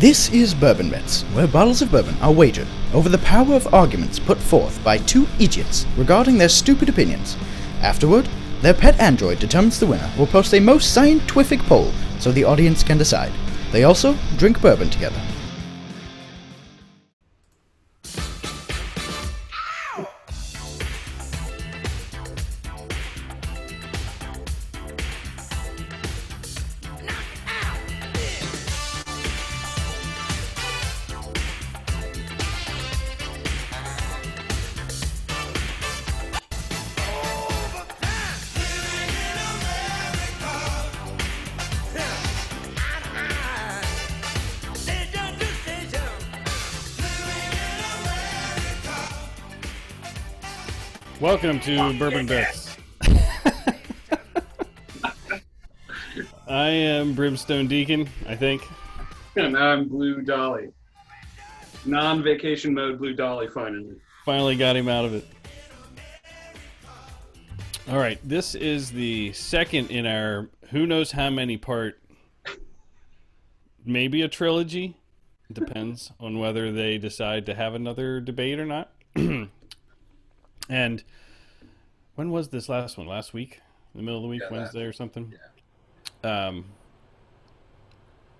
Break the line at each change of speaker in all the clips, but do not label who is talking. This is Bourbon Bets, where bottles of bourbon are wagered over the power of arguments put forth by two idiots regarding their stupid opinions. Afterward, their pet android determines the winner will post a most scientific poll so the audience can decide. They also drink bourbon together.
Welcome to Bourbon Bets. I am Brimstone Deacon, I think.
And I'm Blue Dolly. Non vacation mode Blue Dolly, finally.
Finally got him out of it. All right, this is the second in our who knows how many part, maybe a trilogy. Depends on whether they decide to have another debate or not. and when was this last one? Last week? In the middle of the week,
Yeah, that-
Wednesday or something? Um,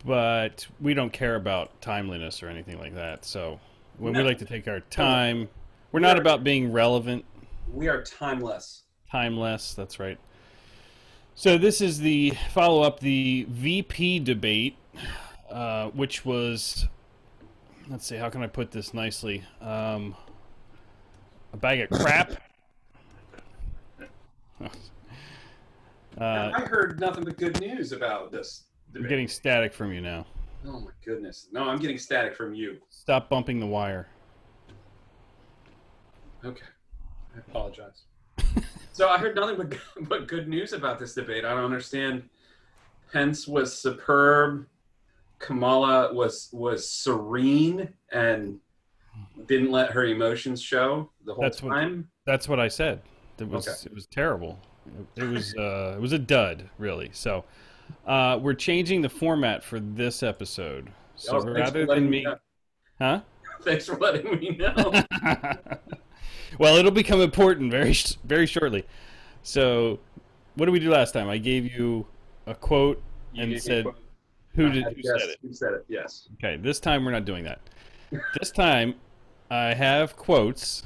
but we don't care about timeliness or anything like that. So when we
No.
like to take our time, we're not
Sure.
about being relevant,
We are timeless.
timeless. That's right. So this is the follow up, the VP debate, uh, which was, let's see, how can I put this nicely? Um, a bag of crap. Uh,
I heard nothing but good news about this.
I'm
debate.
getting static from you now.
oh my goodness. No, I'm getting static from you.
Stop bumping the wire.
Okay. I apologize. so I heard nothing but, but good news about this debate. I don't understand. Pence was superb. Kamala was was serene and didn't let her emotions show the whole
That's what-
time.
That's what I said. It was
Okay.
it was terrible. It was uh, it was a dud, really. So uh, we're changing the format for this episode. So
Oh, thanks for
rather
letting
than me,
know.
huh?
Thanks for letting me know.
well, it'll become important very sh- very shortly. So what did we do last time? I gave you a quote
You
and
gave me
said
quote.
who did who
yes,
said it.
Who said it? Yes.
Okay, this time we're not doing that. This time I have quotes,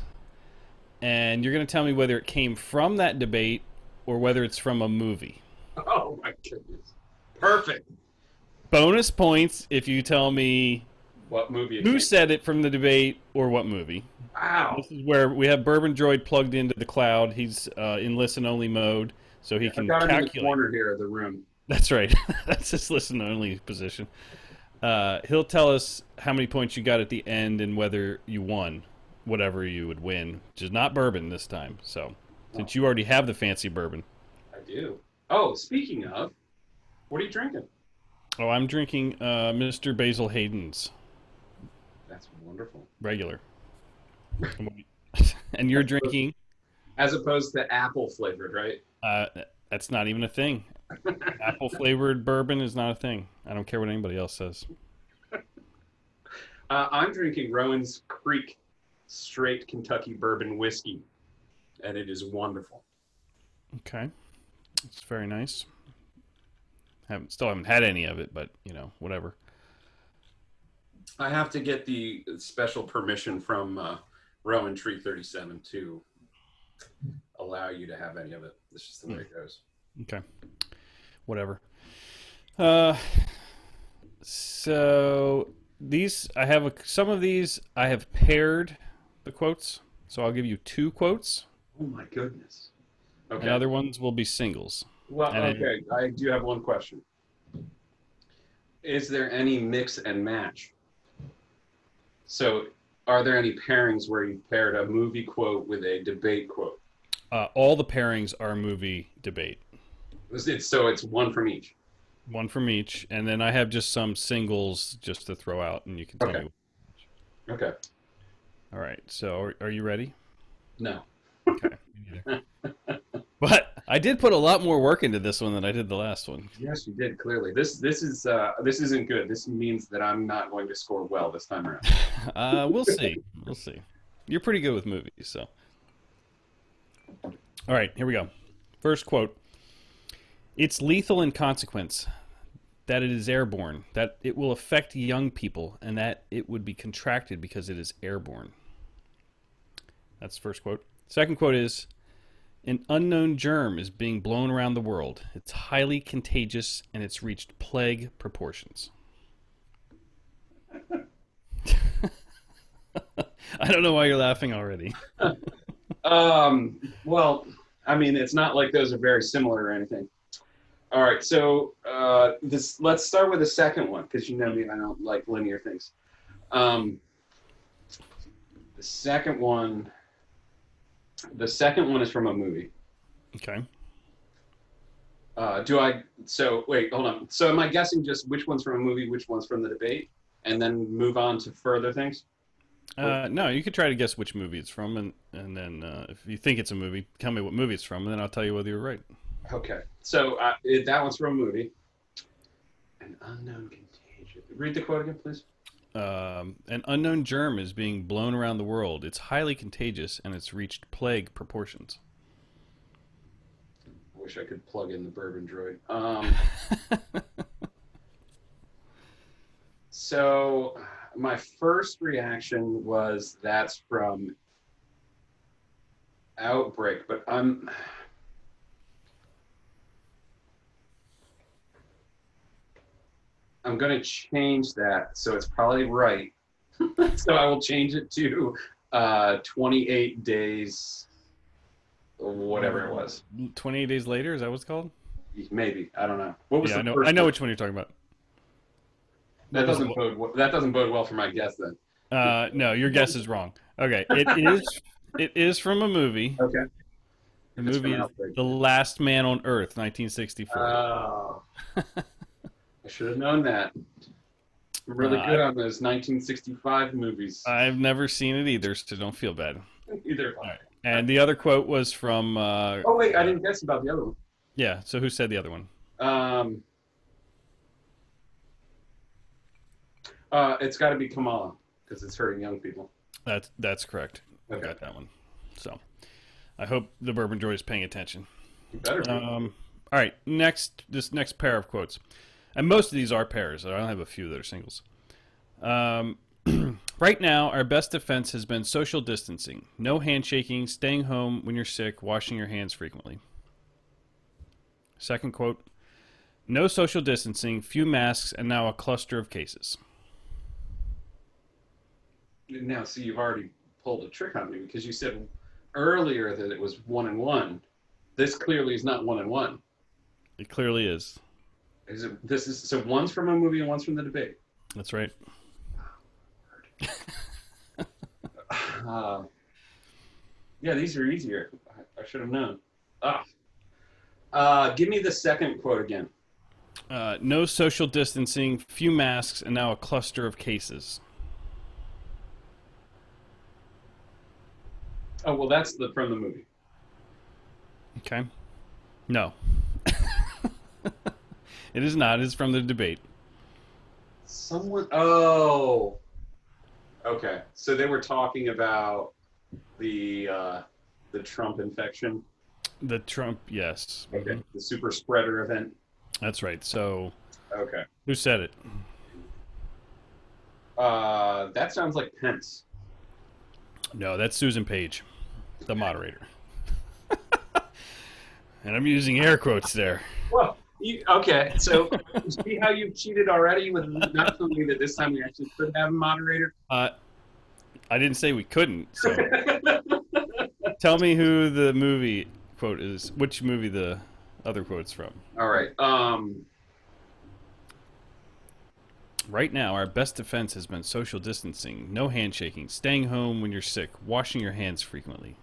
and you're going to tell me whether it came from that debate or whether it's from a movie.
Oh my goodness. Perfect.
Bonus points if you tell me
What movie? it
who
came-
said it from the debate or what movie.
Wow.
This is where we have Bourbon Droid plugged into the cloud. He's uh, in listen only mode, so he
I
can
got him in the
calculate.
corner here of the room.
That's right. That's his listen only position. Uh, he'll tell us how many points you got at the end and whether you won whatever you would win, which is not bourbon this time. So, since you already have the fancy bourbon.
I do. Oh, speaking of, what are you drinking?
Oh, I'm drinking uh, Mr. Basil Hayden's
That's wonderful.
regular. and you're drinking.
As opposed to apple flavored, right?
Uh, that's not even a thing. Apple flavored bourbon is not a thing. I don't care what anybody else says.
Uh, I'm drinking Rowan's Creek Straight Kentucky Bourbon Whiskey, and it is wonderful.
Okay, it's very nice. Haven't still haven't had any of it, but you know whatever.
I have to get the special permission from uh, Rowan Tree 37 to allow you to have any of it. It's just the way it goes.
Okay, whatever. Uh, so these I have a, some of these I have paired the quotes, so I'll give you two quotes,
Oh my goodness. Okay.
and other ones will be singles.
well,
and I-
okay. I do have one question. Is there any mix and match? So, are there any pairings where you paired a movie quote with a debate quote?
Uh, all the pairings are movie debate,
Is it- so it's one from each.
one from each, and then I have just some singles just to throw out, and you can tell
Okay.
me.
Okay.
All right, so are, are you ready?
No.
Okay. me neither. but I did put a lot more work into this one than I did the last one.
Yes, you did clearly. This this is uh, this isn't good. This means that I'm not going to score well this time around.
Uh, we'll see. We'll see. You're pretty good with movies, so. All right, here we go. First quote It's lethal in consequence that it is airborne, that it will affect young people, and that it would be contracted because it is airborne. That's the first quote. Second quote is An unknown germ is being blown around the world. It's highly contagious and it's reached plague proportions. I don't know why you're laughing already.
Um, well, I mean, it's not like those are very similar or anything. All right, so uh, this let's start with the second one because you know me, I don't like linear things. Um, the second one, the second one is from a movie.
Okay.
Uh, do I? So wait, hold on. So am I guessing just which one's from a movie, which one's from the debate, and then move on to further things?
Uh, no, you could try to guess which movie it's from, and and then uh, if you think it's a movie, tell me what movie it's from, and then I'll tell you whether you're right.
Okay, so uh, it- that one's from a movie. An unknown contagion. Read the quote again, please.
Um, an unknown germ is being blown around the world. It's highly contagious and it's reached plague proportions.
I wish I could plug in the bourbon droid. Um, so my first reaction was that's from Outbreak, but I'm. I'm going to change that, so it's probably right. so I will change it to uh, 28 days, whatever it was.
28 days later, is that what it's called?
Maybe I don't know. What was
Yeah,
the
I know.
first
I know
one?
which one you're talking about.
that doesn't bode well, that doesn't bode well for my guess then.
Uh, no, your guess is wrong. Okay, it is. It is from a movie.
Okay.
The
If it's
movie
from
is
Outbreak.
The Last Man on Earth, 1964.
Oh, I should have known that. I'm really
Uh,
good on those 1965 movies.
I've never seen it either, so don't feel bad.
Either.
all right. And the other quote was from. Uh,
Oh wait, I didn't guess about the other one.
Yeah. So who said the other one?
Um, uh, it's got to be Kamala because it's hurting young people.
That's that's correct. I
Okay.
got that one. So, I hope the bourbon droid is paying attention.
You better. be.
Um, all right, next this next pair of quotes, and most of these are pairs. I don't have a few that are singles. Um, right now, our best defense has been social distancing, no handshaking, staying home when you're sick, washing your hands frequently. Second quote: No social distancing, few masks, and now a cluster of cases.
now, see, you've already pulled a trick on me because you said earlier that it was one and one. This clearly is not one and one.
It clearly is.
Is it, this is so one's from a movie and one's from the debate.
That's right.
Uh, yeah, these are easier. I, I should have known. Ah. Uh, give me the second quote again.
Uh, no social distancing, few masks, and now a cluster of cases.
Oh well, that's the from the movie.
Okay. No. it is not. It's from the debate.
Someone. Oh. Okay, so they were talking about the uh, the Trump infection.
The Trump, yes.
Okay. The super spreader event.
That's right. So,
Okay.
who said it?
Uh, that sounds like Pence.
No, that's Susan Page, the moderator. and I'm using air quotes there.
Well, you, okay. So see how you've cheated already with not something that this time we actually could have a moderator.
Uh, I didn't say we couldn't. So, tell me who the movie quote is. Which movie the other quote's from?
All right. Um,
Right now, our best defense has been social distancing, no handshaking, staying home when you're sick, washing your hands frequently.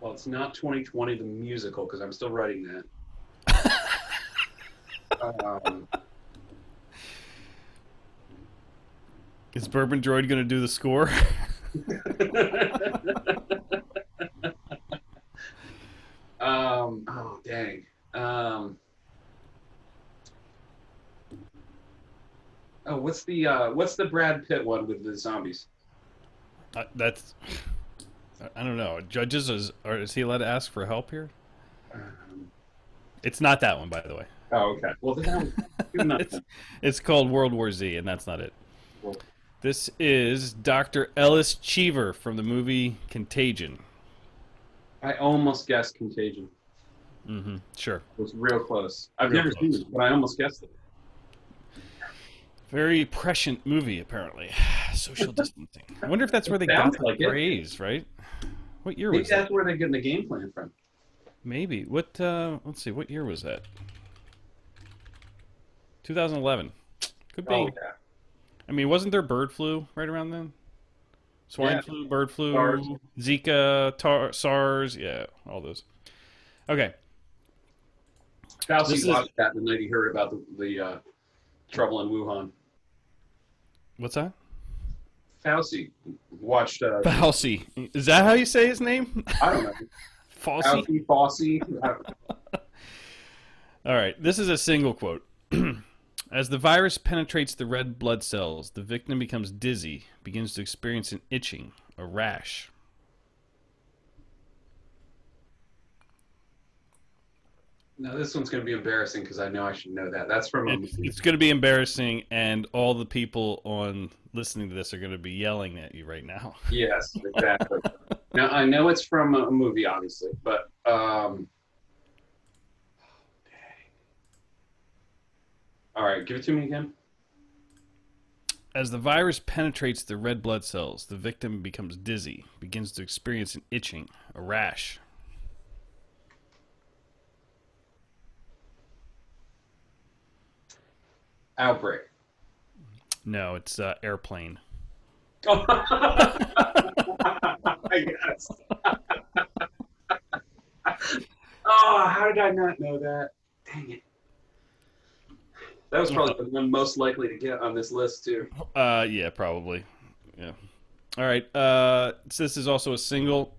well, it's not 2020 the musical because I'm still writing that. um,
Is Bourbon Droid going to do the score?
oh, dang. Um, oh, what's the uh, what's the Brad Pitt one with the zombies?
Uh, that's. I- I don't know. Judges is or is he allowed to ask for help here?
Um,
It's not that one, by the way.
oh, okay. Well, then I'm,
it's, it's called World War Z, and that's not it.
Well-
This is Dr. Ellis Cheever from the movie Contagion.
I almost guessed Contagion.
hmm Sure.
It was real close. I've
Real
never
close.
seen it, but I almost guessed it.
Very prescient movie, apparently. Social distancing. I wonder if that's where they got
Sounds
the
like it.
phrase, right? What year
Maybe
was that?
that's where they're getting the game plan from.
Maybe. What? Uh, let's see. What year was that? 2011. Could be.
Oh, yeah.
I mean, wasn't there bird flu right around then? Swine
Yeah.
flu, bird flu,
SARS.
Zika, tar- SARS, yeah, all those. Okay,
Fauci
This is-
watched that the night he heard about the, the uh, trouble in Wuhan.
what's that?
Fauci watched. Uh,
Fauci. Is that how you say his name?
I don't know.
Fauci.
Fauci, Fauci. I don't-
All right, this is a single quote. As the virus penetrates the red blood cells, the victim becomes dizzy, begins to experience an itching, a rash.
No, this one's going to be embarrassing because I know I should know that. That's from a
It's,
movie.
it's going to be embarrassing, and all the people on listening to this are going to be yelling at you right now.
Yes, exactly. now I know it's from a movie, obviously, but um. oh, All right, give it to me again.
As the virus penetrates the red blood cells, the victim becomes dizzy, begins to experience an itching, a rash.
Outbreak.
No, it's uh, airplane.
yes. oh, how did I not know that? Dang it. That was probably the one most likely to get on this list too.
Uh, yeah, probably. Yeah. All right. Uh, so this is also a single.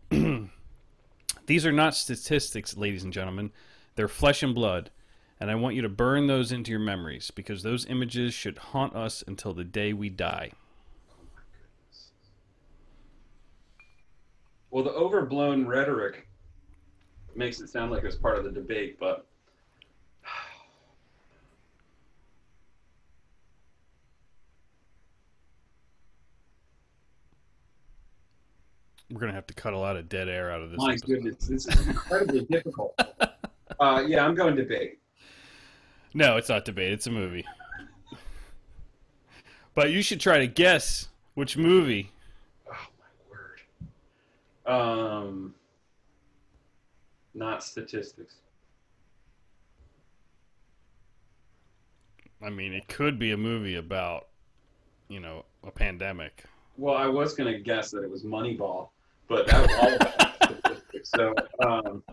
These are not statistics, ladies and gentlemen. They're flesh and blood, and I want you to burn those into your memories because those images should haunt us until the day we die.
Well, the overblown rhetoric makes it sound like it was part of the debate, but
We're gonna have to cut a lot of dead air out of this.
my
episode.
goodness, this is incredibly difficult. Uh, yeah, I'm going debate.
No, it's not debate. It's a movie. but you should try to guess which movie.
Oh my word. Um, not statistics.
I mean, it could be a movie about, you know, a pandemic.
Well, I was going to guess that it was Moneyball, but that was all about statistics. So, um,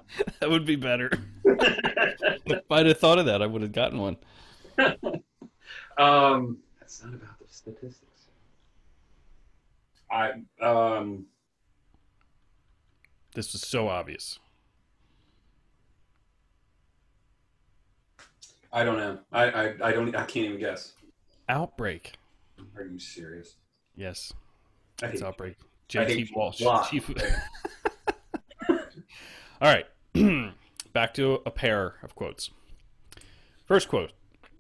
That would be better. if I'd have thought of that, I would have gotten one.
um, that's not about the statistics. I um,
This was so obvious.
I don't know. I, I I don't. I can't even guess.
Outbreak.
Are you serious?
Yes,
I
it's
hate-
Outbreak.
I hate
J.T.
you a
Walsh.
lot.
Chief. All right. Back to a pair of quotes. First quote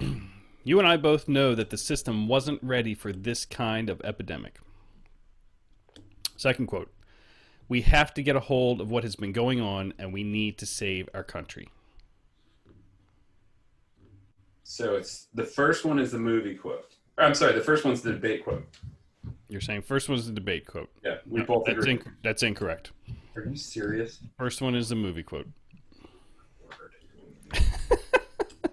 You and I both know that the system wasn't ready for this kind of epidemic. Second quote We have to get a hold of what has been going on and we need to save our country.
So it's the first one is the movie quote. Or, I'm sorry, the first one's the debate quote.
You're saying first one's the debate quote.
Yeah, we
No,
both
that's,
agree.
inc- that's incorrect.
Are you serious?
First one is the movie quote.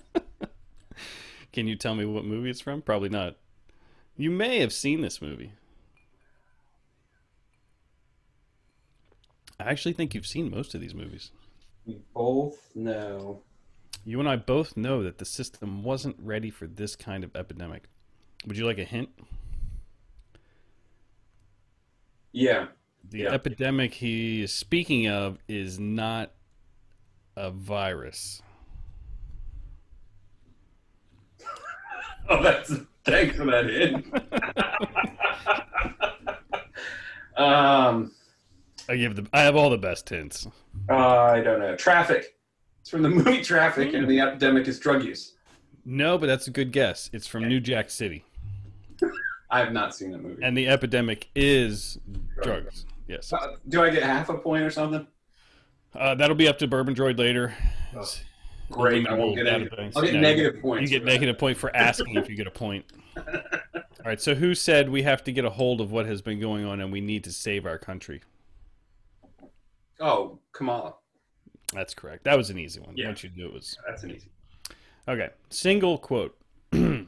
Can you tell me what movie it's from? Probably not. You may have seen this movie. I actually think you've seen most of these movies.
We both know.
You and I both know that the system wasn't ready for this kind of epidemic. Would you like a hint?
Yeah.
The
Yeah.
epidemic he is speaking of is not a virus?
Oh, that's thanks for that hint. um,
I give the I have all the best hints.
uh, I don't know. Traffic. It's from the movie Traffic, and the epidemic is drug use.
No, but that's a good guess. It's from New Jack City,
I have not seen that movie.
and the epidemic is drugs. Yes,
Uh, do I get half a point or something?
uh, that'll be up to Bourbon Droid later. It's-
Oh, Great. I won't get any. I'll get negative points.
You get
for that.
negative point for asking if you get a point. All right. So who said we have to get a hold of what has been going on and we need to save our country?
Oh, Kamala.
That's correct. That was an easy one.
Yeah.
Once you knew it was
That's an easy.
okay. Single quote. I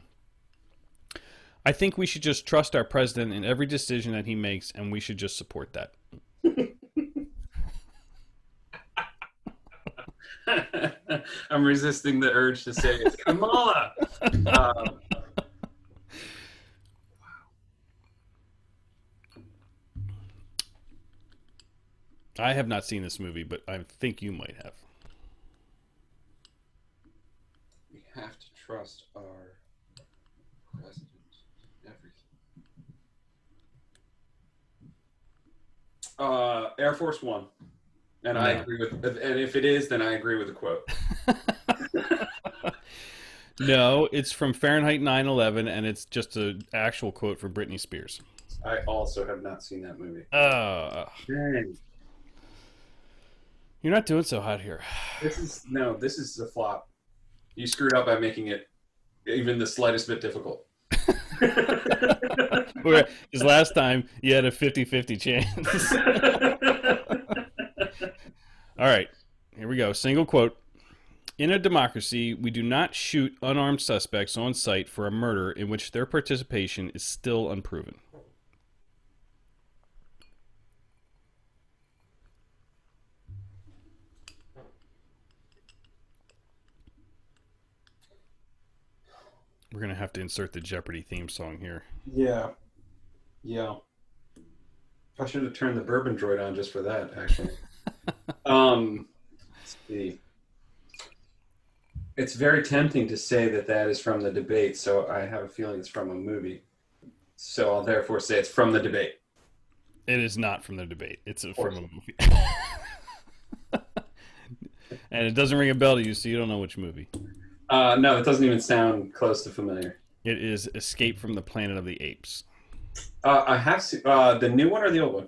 think we should just trust our president in every decision that he makes, and we should just support that.
I'm resisting the urge to say it's Kamala. Um,
I have not seen this movie, but I think you might have.
we have to trust our president. in Everything. Uh, Air Force One, and I
No.
agree with. And if it is, then I agree with the quote.
No, it's from Fahrenheit 9/11, and it's just an actual quote from Britney Spears.
I also have not seen that movie.
Uh,
Dang.
you're not doing so hot here.
This is no. This is a flop. You screwed up by making it even the slightest bit difficult.
Because last time you had a 50-50 chance. All right, here we go. Single quote. In a democracy, we do not shoot unarmed suspects on site for a murder in which their participation is still unproven. We're going to have to insert the Jeopardy theme song here.
Yeah. Yeah. I should have turned the bourbon droid on just for that, actually. um, let's see. It's very tempting to say that that is from the debate, so I have a feeling it's from a movie. So I'll therefore say it's from the debate.
It is not from the debate. It's a, from a movie. and it doesn't ring a bell to you, so you don't know which movie.
Uh, no, it doesn't even sound close to familiar.
It is Escape from the Planet of the Apes.
Uh, I have se- uh, the new one or the old one?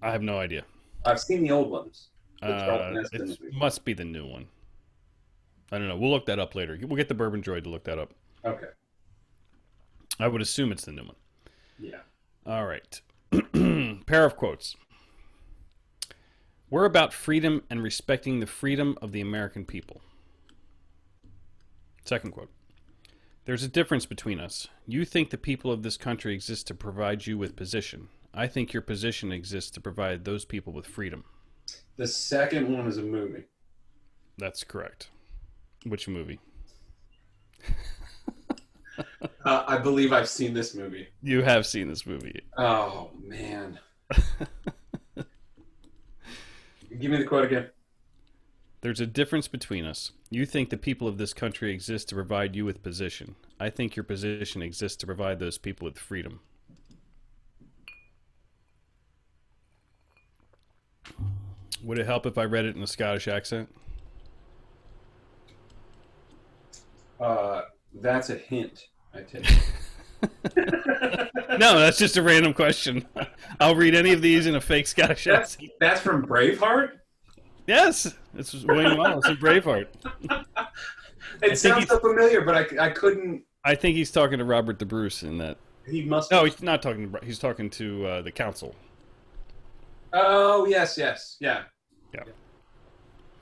I have no idea.
I've seen the old ones. It's called
Uh,
Nest in
it
the Week.
must be the new one. I don't know. We'll look that up later. We'll get the Bourbon Droid to look that up.
Okay.
I would assume it's the new one.
Yeah.
All right. Pair of quotes. We're about freedom and respecting the freedom of the American people. Second quote. There's a difference between us. You think the people of this country exist to provide you with position. I think your position exists to provide those people with freedom.
The second one is a movie.
That's correct. Which movie?
Uh, I believe I've seen this movie.
You have seen this movie.
Oh man. Give me the quote again.
There's a difference between us. You think the people of this country exist to provide you with position. I think your position exists to provide those people with freedom. Would it help if I read it in a Scottish accent?
Uh, that's a hint. I take.
No, that's just a random question. I'll read any of these in a fake Scottish
that's
accent.
that's from Braveheart.
Yes, this is William Wallace in Braveheart.
It sounds so familiar, but I, I couldn't.
I think he's talking to Robert the Bruce in that.
He must.
No, he's not talking to. Bru- He's talking to uh, the council.
Oh yes, yes, yeah.
Yeah.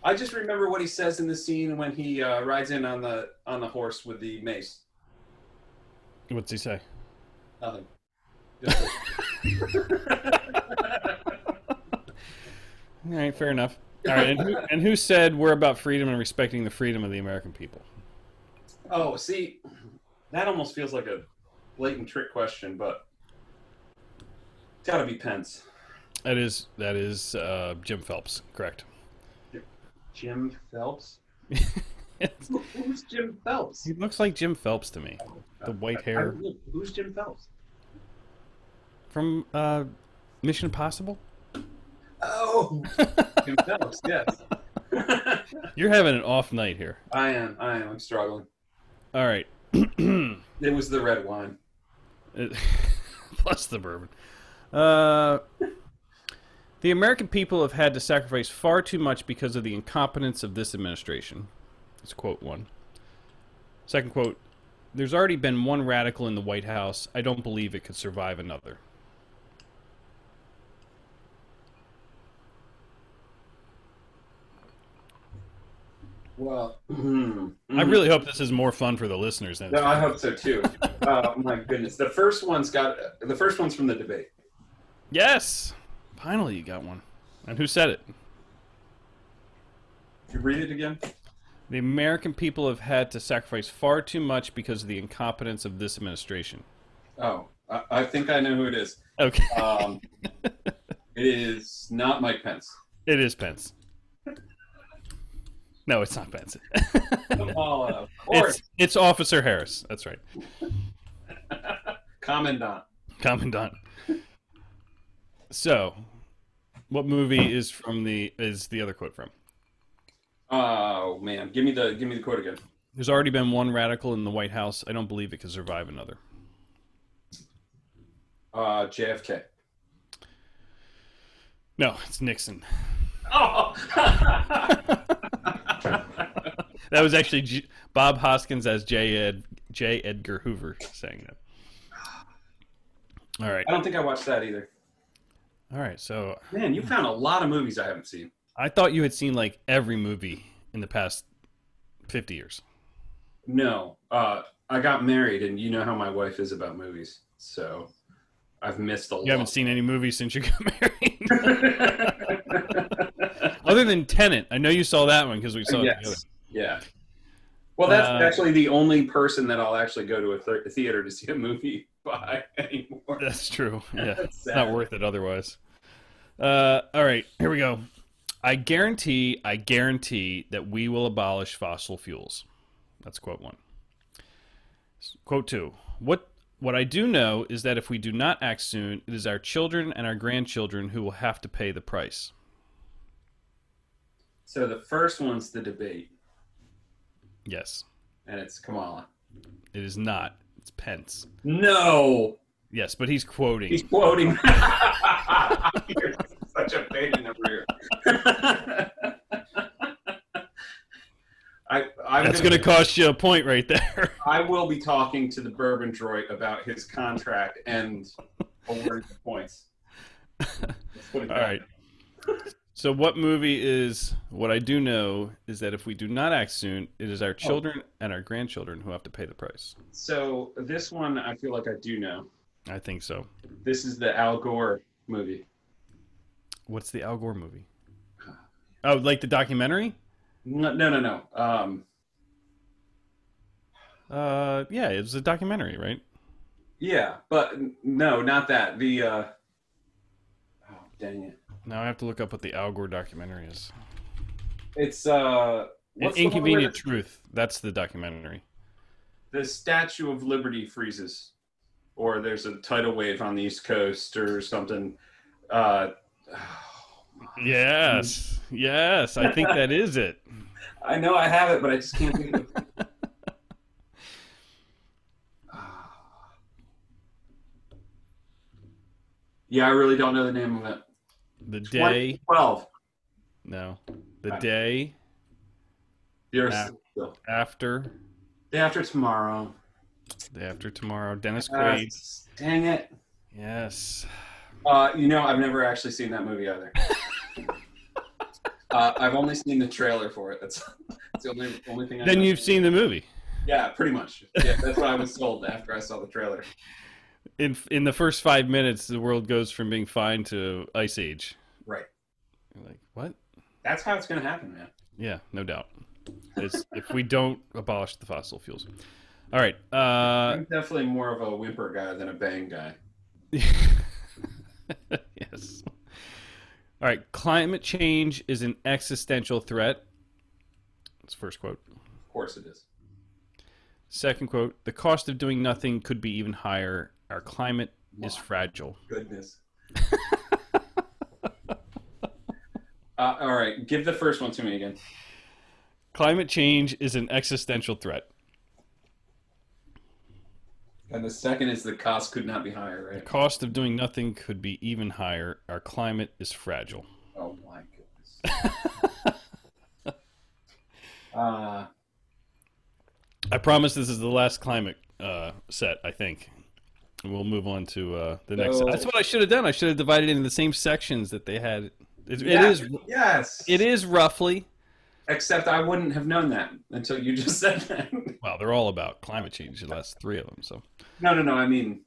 I just remember what he says in the scene when he uh, rides in on the on the horse with the mace.
What's he say?
Nothing. Just-
All right, fair enough. All right, and who, and who said we're about freedom and respecting the freedom of the American people?
Oh, see, that almost feels like a blatant trick question, but it's got to be Pence.
That is that is uh, Jim Phelps, correct?
Jim Phelps? Who- Who's Jim Phelps?
he looks like Jim Phelps to me. The white hair
I- who's Jim Phelps?
from uh, Mission Impossible.
Oh, Jim Phelps. Yes,
You're having an off night here.
I am. I am. I'm struggling.
All right.
It was the red wine.
It- Plus the bourbon. Uh, the American people have had to sacrifice far too much because of the incompetence of this administration. That's quote one. Second quote There's already been one radical in the White House. I don't believe it could survive another.
Well,
I really hope this is more fun for the listeners than
Mm-hmm. No, I hope so too. oh my goodness, the first one's got the first one's from the debate.
Yes! Finally, you got one. And who said it?
Could you read it again?
The American people have had to sacrifice far too much because of the incompetence of this administration.
Oh, I, I think I know who it is.
Okay.
Um, it is not Mike Pence.
It is Pence. No, it's not Pence.
Kamala, Oh, of course,
it's, it's Officer Harris. That's right.
Commandant.
Commandant. So, what movie is from the is the other quote from?
Oh man, give me the give me the quote again.
There's already been one radical in the White House. I don't believe it could survive another.
Uh, JFK.
No, it's Nixon.
Oh,
That was actually G- Bob Hoskins as J. Ed J. Edgar Hoover saying that. All right,
I don't think I watched that either.
all right. So
Man, you found a lot of movies I haven't seen.
I thought you had seen like every movie in the past fifty years.
No, uh, I got married, and you know how my wife is about movies, so I've missed a lot.
You haven't seen any movies since you got married, other than Tenant. I know you saw that one because we saw it together.
yes. Yeah. Well, that's
Uh,
actually the only person that I'll actually go to a thir- theater to see a movie by anymore.
That's true. Yeah,
That's
it's not
sad.
worth it otherwise. Uh, all right, here we go. I guarantee, I guarantee that we will abolish fossil fuels. That's quote one. S- Quote two. What what I do know is that if we do not act soon, it is our children and our grandchildren who will have to pay the price.
So the first one's the debate,
Yes,
and it's Kamala.
it is not. It's Pence.
No,
Yes, but he's quoting.
he's quoting. You're such a pain in the rear. I, I'm
That's
gonna-
going to cost you a point right there.
I will be talking to the Bourbon Droid about his contract and awarding the points. Let's put it
All
that
right. So, what movie is what I do know is that if we do not act soon, it is our children and our grandchildren who have to pay the price.
So this one, I feel like I do know.
I think so.
This is the Al Gore movie.
What's the Al Gore movie? Oh, like the documentary?
No, no, no. no. Um,
Uh, yeah, it was a documentary, right?
yeah, but n- no, not that. The uh, oh, dang it!
Now I have to look up what the Al Gore documentary is.
It's uh,
An
what's the one where
Inconvenient Truth. That's the documentary.
The, the Statue of Liberty freezes, or there's a tidal wave on the East Coast, or something. Uh,
Uh-huh. Yes, yes, I think that is it.
I know I have it, but I just can't think of it. Yeah, I really don't know the name of it.
The day,
12.
no, the day
You're
Ah.
still.
after,
Day after tomorrow.
the day after tomorrow. Dennis
Ah,
Quaid.
dang it.
Yes.
Uh, you know, I've never actually seen that movie either. uh, I've only seen the trailer for it. That's, that's the only, only thing I
Then
know.
you've seen the movie.
Yeah, pretty much. Yeah, that's what I was sold after I saw the trailer.
In in the first five minutes, the world goes from being fine to ice age.
Right.
You're like, what?
That's how it's going to happen, man.
Yeah, no doubt. It's, if we don't abolish the fossil fuels. All right. Uh,
I'm definitely more of a whimper guy than a bang guy.
yes. All right. Climate change is an existential threat. That's the first quote.
Of course it is.
Second quote The cost of doing nothing could be even higher. Our climate is fragile.
Goodness. uh, all right, give the first one to me again.
Climate change is an existential threat.
And the second is the cost could not be higher, right?
Cost of doing nothing could be even higher. Our climate is fragile.
Oh my goodness. uh,
I promise this is the last climate uh, set, I think. And we'll move on to uh, the next.
So-
That's what I should have done. I should have divided it into the same sections that they had. It, it
yeah,
is.
Yes.
It is roughly.
Except I wouldn't have known that until you just said that.
Well, they're all about climate change. The last three of them. So,
no, no, no. I mean,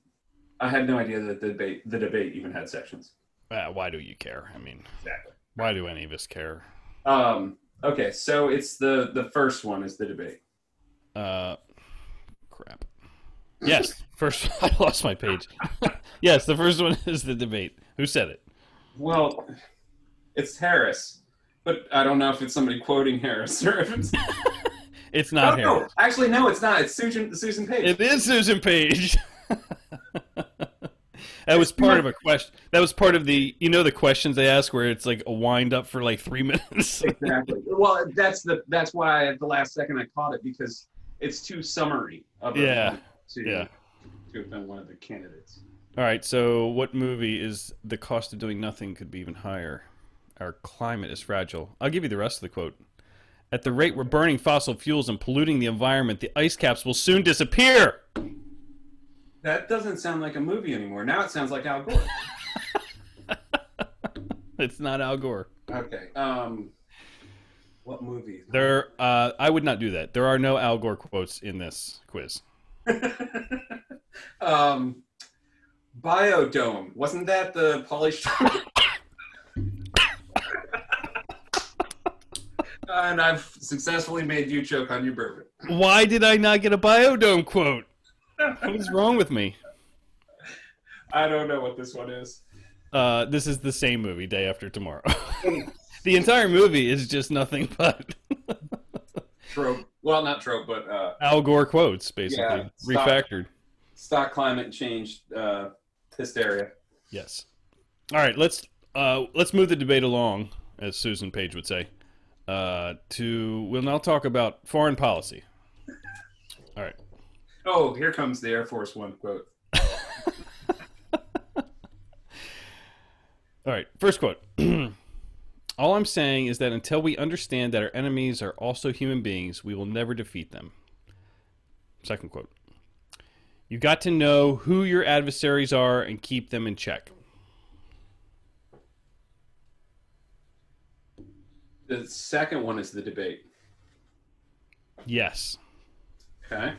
I had no idea that the debate the debate even had sections.
uh, why do you care? I mean,
Exactly.
why do any of us care?
Um, okay, so it's the the first one is the debate.
Uh, crap. Yes, first I lost my page. yes, the first one is the debate. Who said it?
Well, it's Harris, but I don't know if it's somebody quoting Harris or if it's
It's not
no,
Harris.
No, actually, no, it's not. It's Susan Susan Page.
It is Susan Page. that was part of a question. That was part of the you know the questions they ask where it's like a wind up for like three minutes.
exactly. Well, that's the that's why at the last second I caught it because it's too summary of a,
Yeah,
to
yeah.
to have been one of the candidates.
All right, so what movie is the cost of doing nothing could be even higher? Our climate is fragile. I'll give you the rest of the quote. At the rate we're burning fossil fuels and polluting the environment, the ice caps will soon disappear.
That doesn't sound like a movie anymore. Now it sounds like Al Gore.
It's not Al Gore.
okay. Um, what movie?
There, uh, I would not do that. There are no Al Gore quotes in this quiz.
um, Biodome. Wasn't that the Polly Shore? and I've successfully made you choke on your bourbon.
Why did I not get a biodome quote? What is wrong with me?
I don't know what this one is.
Uh, this is the same movie, Day After Tomorrow. the entire movie is just nothing but
Trope. Well, not trope, but uh,
Al Gore quotes, basically
Yeah, stop.
refactored.
stock climate change uh, hysteria.
Yes. All right, let's uh, let's move the debate along, as Susan Page would say. Uh, to we'll now talk about foreign policy. All right.
Oh, here comes the Air Force One quote.
All right, first quote. All I'm saying is that until we understand that our enemies are also human beings, we will never defeat them. Second quote. You got to know who your adversaries are and keep them in check.
The second one is the debate.
Yes.
Okay.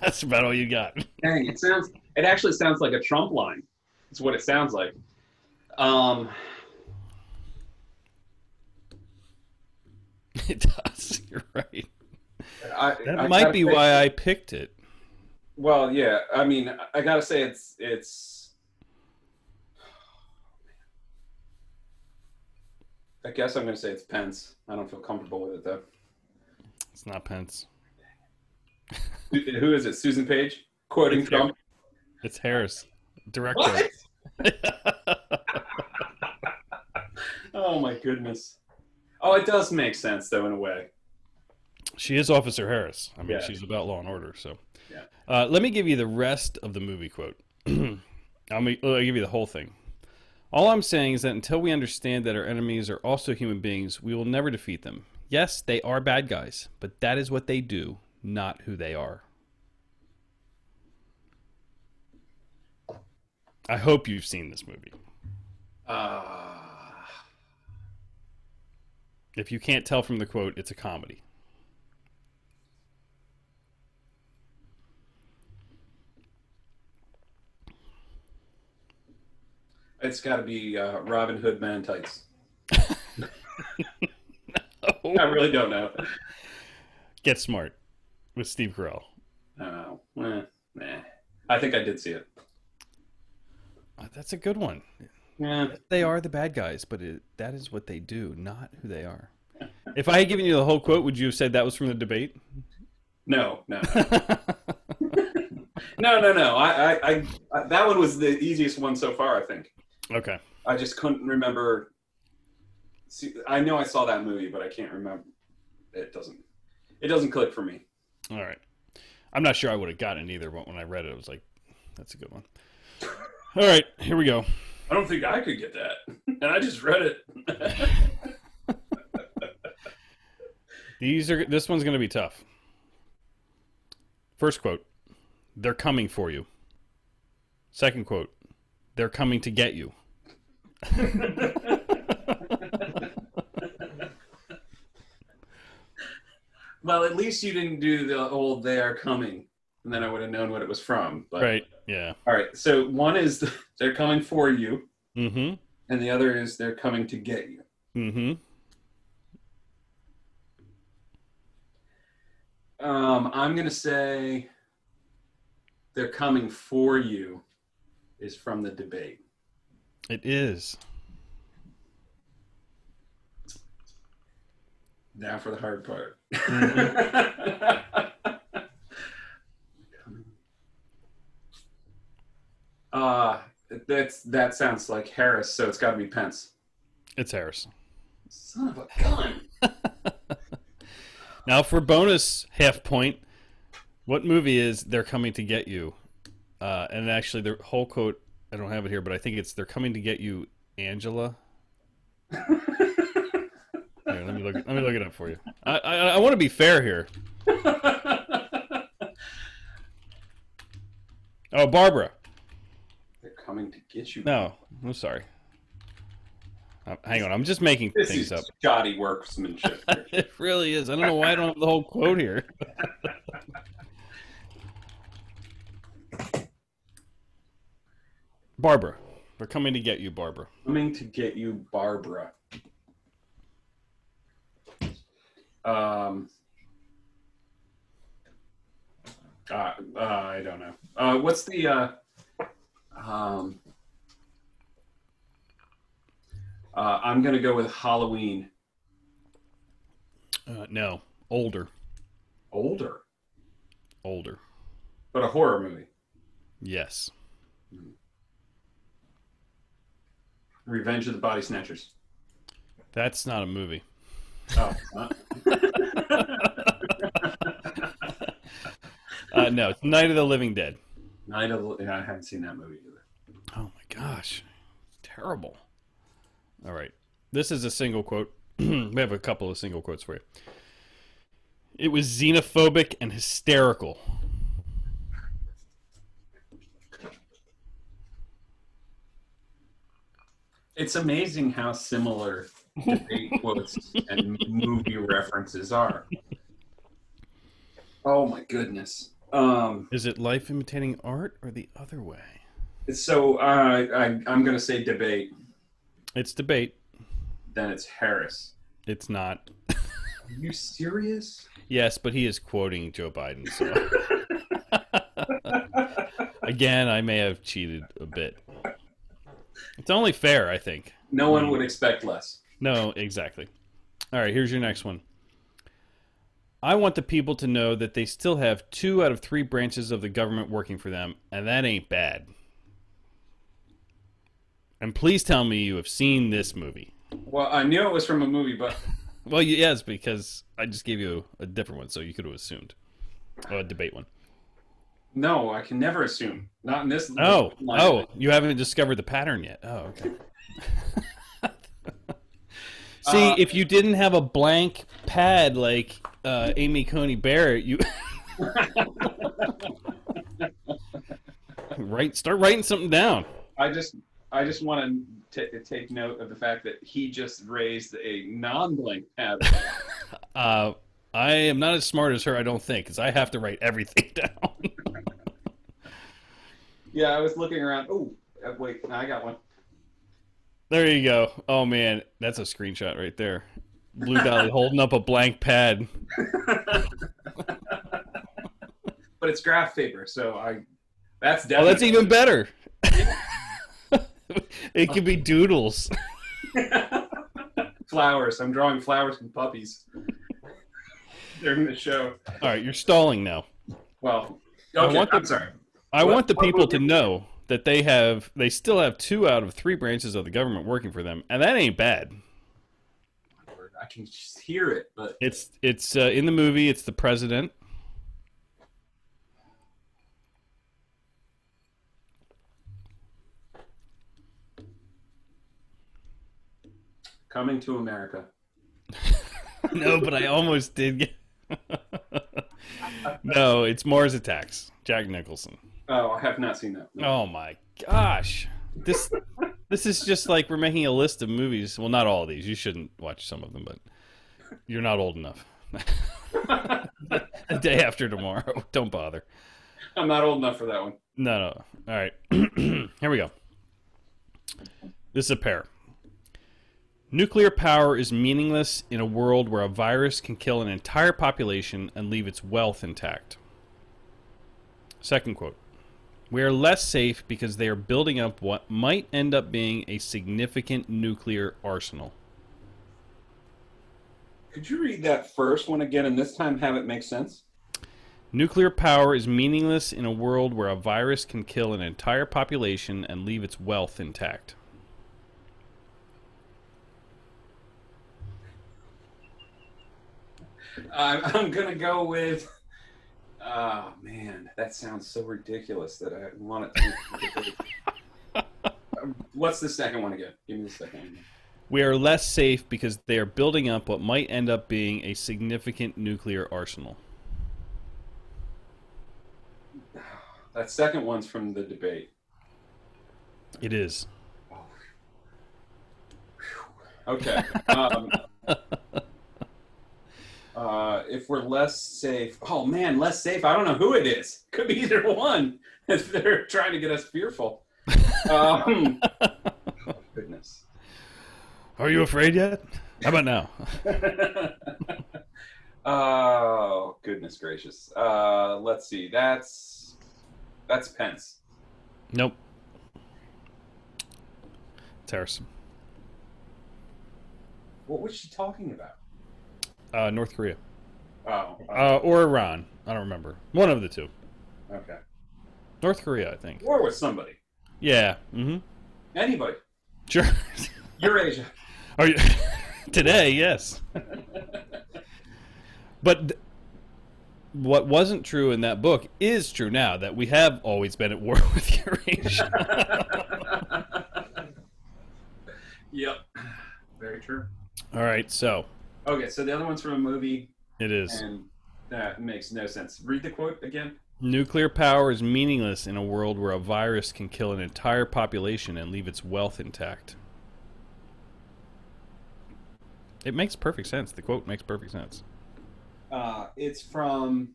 That's about all you got.
Dang, it sounds. It actually sounds like a Trump line. It's what it sounds like. Um,
It does. You're right.
I,
That
I
might
gotta
be
say-
why I picked it.
Well, yeah. I mean, I- I gotta say it's it's. I guess I'm gonna say it's Pence. I don't feel comfortable with it though.
It's not Pence.
Who- Who is it? Susan Page quoting
It's Har-
Trump.
It's Harris, director.
What? oh my goodness. Oh, it does make sense though in a way.
She is Officer Harris. I mean,
Yeah.
she's about law and order. So,
Yeah.
uh, let me give you the rest of the movie quote. I'll, me- I'll give you the whole thing. All I'm saying is that until we understand that our enemies are also human beings, we will never defeat them. Yes, they are bad guys, but that is what they do, not who they are. I hope you've seen this movie.
Uh,
If you can't tell from the quote, it's a comedy.
it's got to be uh, Robin Hood Man Tights. I
Oh,
really don't know.
Get Smart with Steve Carell.
I don't know. Eh, nah. I think I did see it.
Uh, That's a good one.
Yeah.
They are the bad guys, but it, that is what they do, not who they are. If I had given you the whole quote, would you have said that was from the debate?
No, no, no, no, no. I, I, I, I, that one was the easiest one so far. I think.
okay.
I just couldn't remember. See, I know I saw that movie, but I can't remember. It doesn't. It doesn't click for me.
All right. I'm not sure I would have gotten it either, but when I read it, I was like, that's a good one. All right, here we go.
I don't think I could get that, and I just read it.
These are this one's going to be tough. First quote, they're coming for you. Second quote, they're coming to get you.
well, at least you didn't do the old "they are coming," and then I would have known what it was from. But
Right. Yeah.
all right. So one is they're coming for you,
Mhm.
and the other is they're coming to get you.
Mhm.
Um, I'm gonna say they're coming for you is from the debate.
It is.
Now for the hard part. uh that's that sounds like Harris, so it's got to be Pence.
It's Harris.
Son of a gun!
Now for bonus half point, what movie is They're Coming to Get You? Uh, and actually, the whole quote I don't have it here, but I think it's They're Coming to Get You, Angela. Here, let me look. Let me look it up for you. I I, I want to be fair here. Oh, Barbara.
They're coming to get you.
No, I'm sorry. Uh, hang on, I'm just making
this
things
is
up.
shoddy workmanship.
It really is. I don't know why I don't have the whole quote here. Barbara, we're coming to get you, Barbara.
coming to get you, Barbara. Um, uh, uh, I don't know. Uh, what's the uh, um, uh, I'm gonna go with Halloween.
Uh, no, older,
Older,
older.
but a horror movie.
Yes,
Revenge of the Body Snatchers.
that's not a movie.
Oh, it's not?
Uh, no, it's Night of the Living Dead.
Night of the- yeah, I haven't seen that movie either.
Oh my gosh. Terrible. All right. This is a single quote. we have a couple of single quotes for you. It was xenophobic and hysterical.
It's amazing how similar debate quotes and movie references are. Oh my goodness. Um,
Is it life imitating art or the other way?
so uh, I, I'm going to say debate.
It's debate.
Then it's Harris.
It's not.
Are you serious?
Yes, but he is quoting Joe Biden. So. Again, I may have cheated a bit. It's only fair, I think.
No one would expect less.
No, exactly. All right, here's your next one. I want the people to know that they still have two out of three branches of the government working for them, and that ain't bad. And please tell me you have seen this movie.
Well, I knew it was from a movie, but
Well, you- yes, because I just gave you a different one, so you could have assumed. Oh, a debate one.
no, I can never assume. Not in this.
Oh, oh, you haven't discovered the pattern yet. Oh, okay. See,
Uh,
if you didn't have a blank pad like uh, Amy Coney Barrett, you right start writing something down.
I just I just want to t- take note of the fact that he just raised a non-blank pad.
Uh, I am not as smart as her, I don't think, because I have to write everything down.
yeah, I was looking around. Oh, uh, wait, no, I got one.
there you go. Oh man, that's a screenshot right there. Blue Valley holding up a blank pad.
but it's graph paper, so I. That's
Oh,
definitely.
that's even better. It could be doodles.
flowers. I'm drawing flowers and puppies during the show.
All right, you're stalling now.
Well,
I
okay,
want the-
I'm sorry.
I
What-
want the
what will
people to
you-
know that they have they still have two out of three branches of the government working for them, and that ain't bad.
I can just hear it, but
It's it's uh, in the movie. It's the president.
coming to America.
No, but I almost did. Get... no, it's Mars Attacks. Jack Nicholson.
Oh, I have not seen that. No.
Oh my gosh, this this is just like we're making a list of movies. Well, not all of these. You shouldn't watch some of them, but you're not old enough. the day after tomorrow. Don't bother.
I'm not old enough for that one.
No, no. All right. Here we go. This is a pair. Nuclear power is meaningless in a world where a virus can kill an entire population and leave its wealth intact. Second quote. We are less safe because they are building up what might end up being a significant nuclear arsenal.
Could you read that first one again and this time have it make sense?
Nuclear power is meaningless in a world where a virus can kill an entire population and leave its wealth intact.
I'm, I'm gonna go with. Oh man, that sounds so ridiculous that I want it. To... Um, What's the second one again? Give me the second one. again.
We are less safe because they are building up what might end up being a significant nuclear arsenal.
That second one's from the debate.
It is.
Okay. Um, uh, if we're less safe, oh man, less safe. I don't know who it is. Could be either one. If they're trying to get us fearful. Um, goodness.
Are you afraid yet? How about now?
oh goodness gracious. Uh, let's see. That's that's Pence.
nope. It's Harrison.
What was she talking about?
Uh, North Korea.
Oh,
Uh, or Iran. I don't remember. One of the two.
okay.
North Korea, I think.
War with somebody.
Yeah. Mm-hmm.
Anybody.
Sure.
Eurasia.
Are you today? Yes. but th- what wasn't true in that book is true now that we have always been at war with Eurasia.
yep. Very true.
All right, so
Okay, so the other one's from a movie,
it is.
and that makes no sense. Read the quote again.
Nuclear power is meaningless in a world where a virus can kill an entire population and leave its wealth intact. It makes perfect sense. The quote makes perfect sense.
Uh, it's from.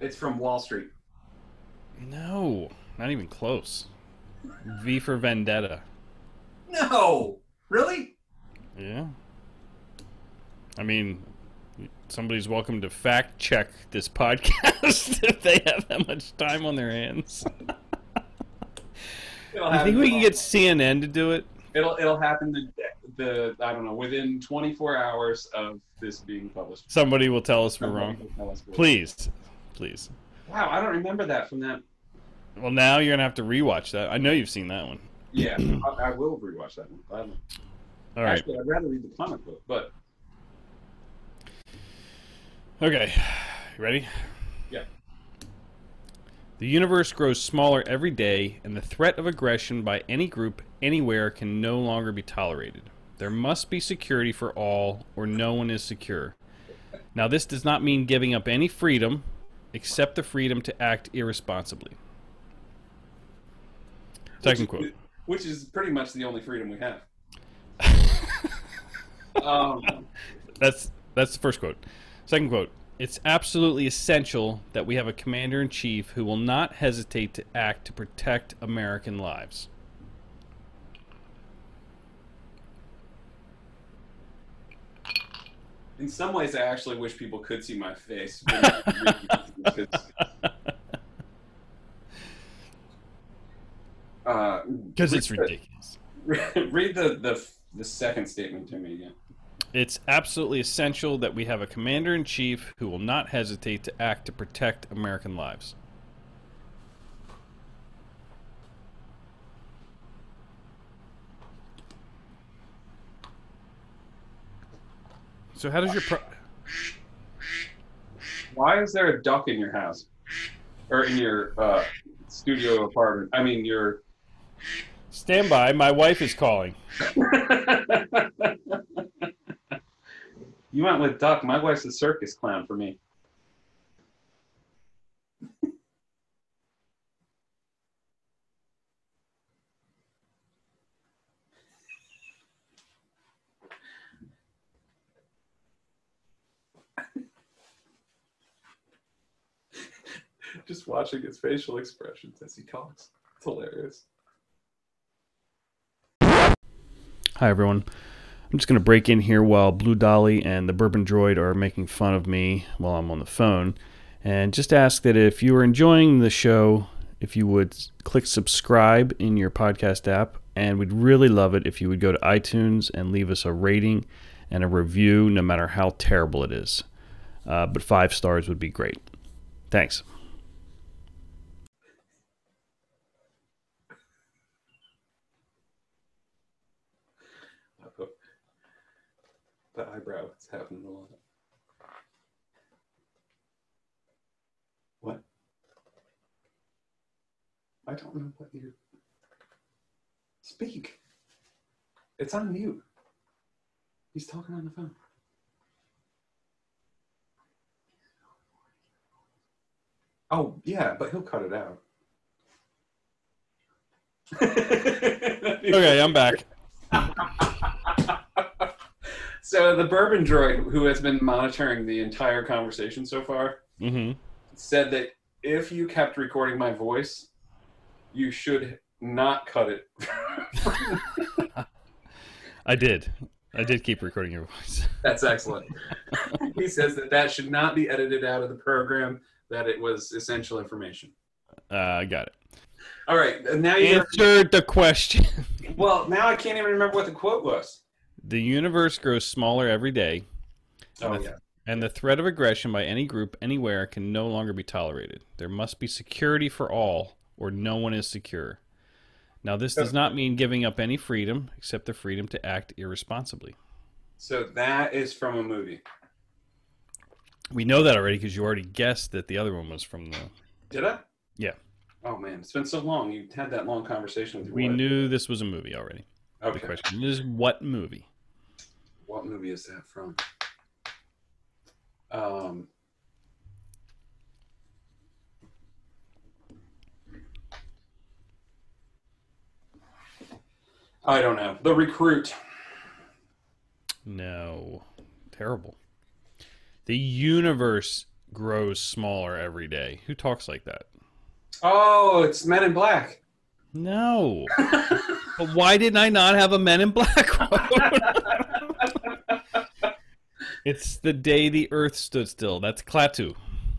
It's from Wall Street.
No, not even close. V for Vendetta.
No, really?
Yeah. I mean, somebody's welcome to fact check this podcast if they have that much time on their hands. I think we can get CNN to do it.
It'll it'll happen the the I don't know within 24 hours of this being published.
Somebody will tell us we're wrong. Please. Please.
Wow, I don't remember that from that
Well, now you're going to have to rewatch that. I know you've seen that one.
Yeah, I, I will rewatch that one. Gladly.
All right.
Actually, I'd rather read the comic book, but
Okay. You ready?
Yeah.
The universe grows smaller every day, and the threat of aggression by any group anywhere can no longer be tolerated. There must be security for all, or no one is secure. Now, this does not mean giving up any freedom, except the freedom to act irresponsibly. Second quote.
which is pretty much the only freedom we have. um,
That's that's the first quote. Second quote. It's absolutely essential that we have a commander in chief who will not hesitate to act to protect American lives.
in some ways, I actually wish people could see my face. when I read these, 'cause
because it's ridiculous.
uh, Read the, the the second statement to me again.
It's absolutely essential that we have a commander in chief who will not hesitate to act to protect American lives. So how does your pro-
Why is there a duck in your house or in your uh, studio apartment? I mean, your.
stand by? My wife is calling.
you went with duck. My wife's a circus clown for me. Just watching his facial expressions as he talks. It's hilarious.
Hi everyone. I'm just gonna break in here while Blue Dolly and the Bourbon Droid are making fun of me while I'm on the phone, and just ask that if you are enjoying the show, if you would s- click subscribe in your podcast app, and we'd really love it if you would go to iTunes and leave us a rating and a review, no matter how terrible it is. Uh, but five stars would be great. Thanks.
The eyebrow is happening a lot. What? I don't know what you speak. It's on mute. He's talking on the phone. Oh yeah, but he'll cut it out.
Okay, I'm back.
So the bourbon droid, who has been monitoring the entire conversation so far,
hmm
said that if you kept recording my voice, you should not cut it.
I did. I did keep recording your voice.
That's excellent. he says that that should not be edited out of the program. That it was essential information.
Uh, I got it.
All right, and now you.
Answered the question.
Well, now I can't even remember what the quote was.
The universe grows smaller every day,
Oh
That's-
yeah.
and the threat of aggression by any group anywhere can no longer be tolerated. There must be security for all, or no one is secure. Now, this does not mean giving up any freedom except the freedom to act irresponsibly.
So that is from a movie.
We know that already because you already guessed that the other one was from the.
Did I?
Yeah.
Oh man, it's been so long. You had that long conversation with your
We
wife.
knew this was a movie already. The
Okay.
question is, what movie?
What movie is that from? Um, I don't know. The Recruit.
No. Terrible. The universe grows smaller every day. Who talks like that?
Oh, it's Men in Black.
No. but why didn't I not have a Men in Black one? it's the day the Earth stood still. That's Klaatu.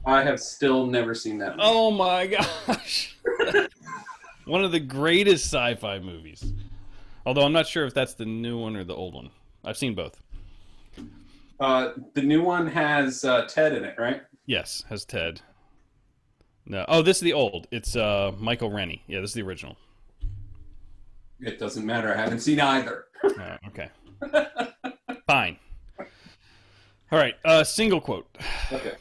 I have still never seen that. movie.
Oh my gosh. one of the greatest sci-fi movies. Although I'm not sure if that's the new one or the old one. I've seen both.
Uh, the new one has uh, Ted in it, right?
Yes, has Ted. No. Oh, this is the old. It's uh Michael Rennie. Yeah, this is the original.
It doesn't matter. I haven't seen either.
Oh, okay. Fine. All right. Uh, single quote.
Okay.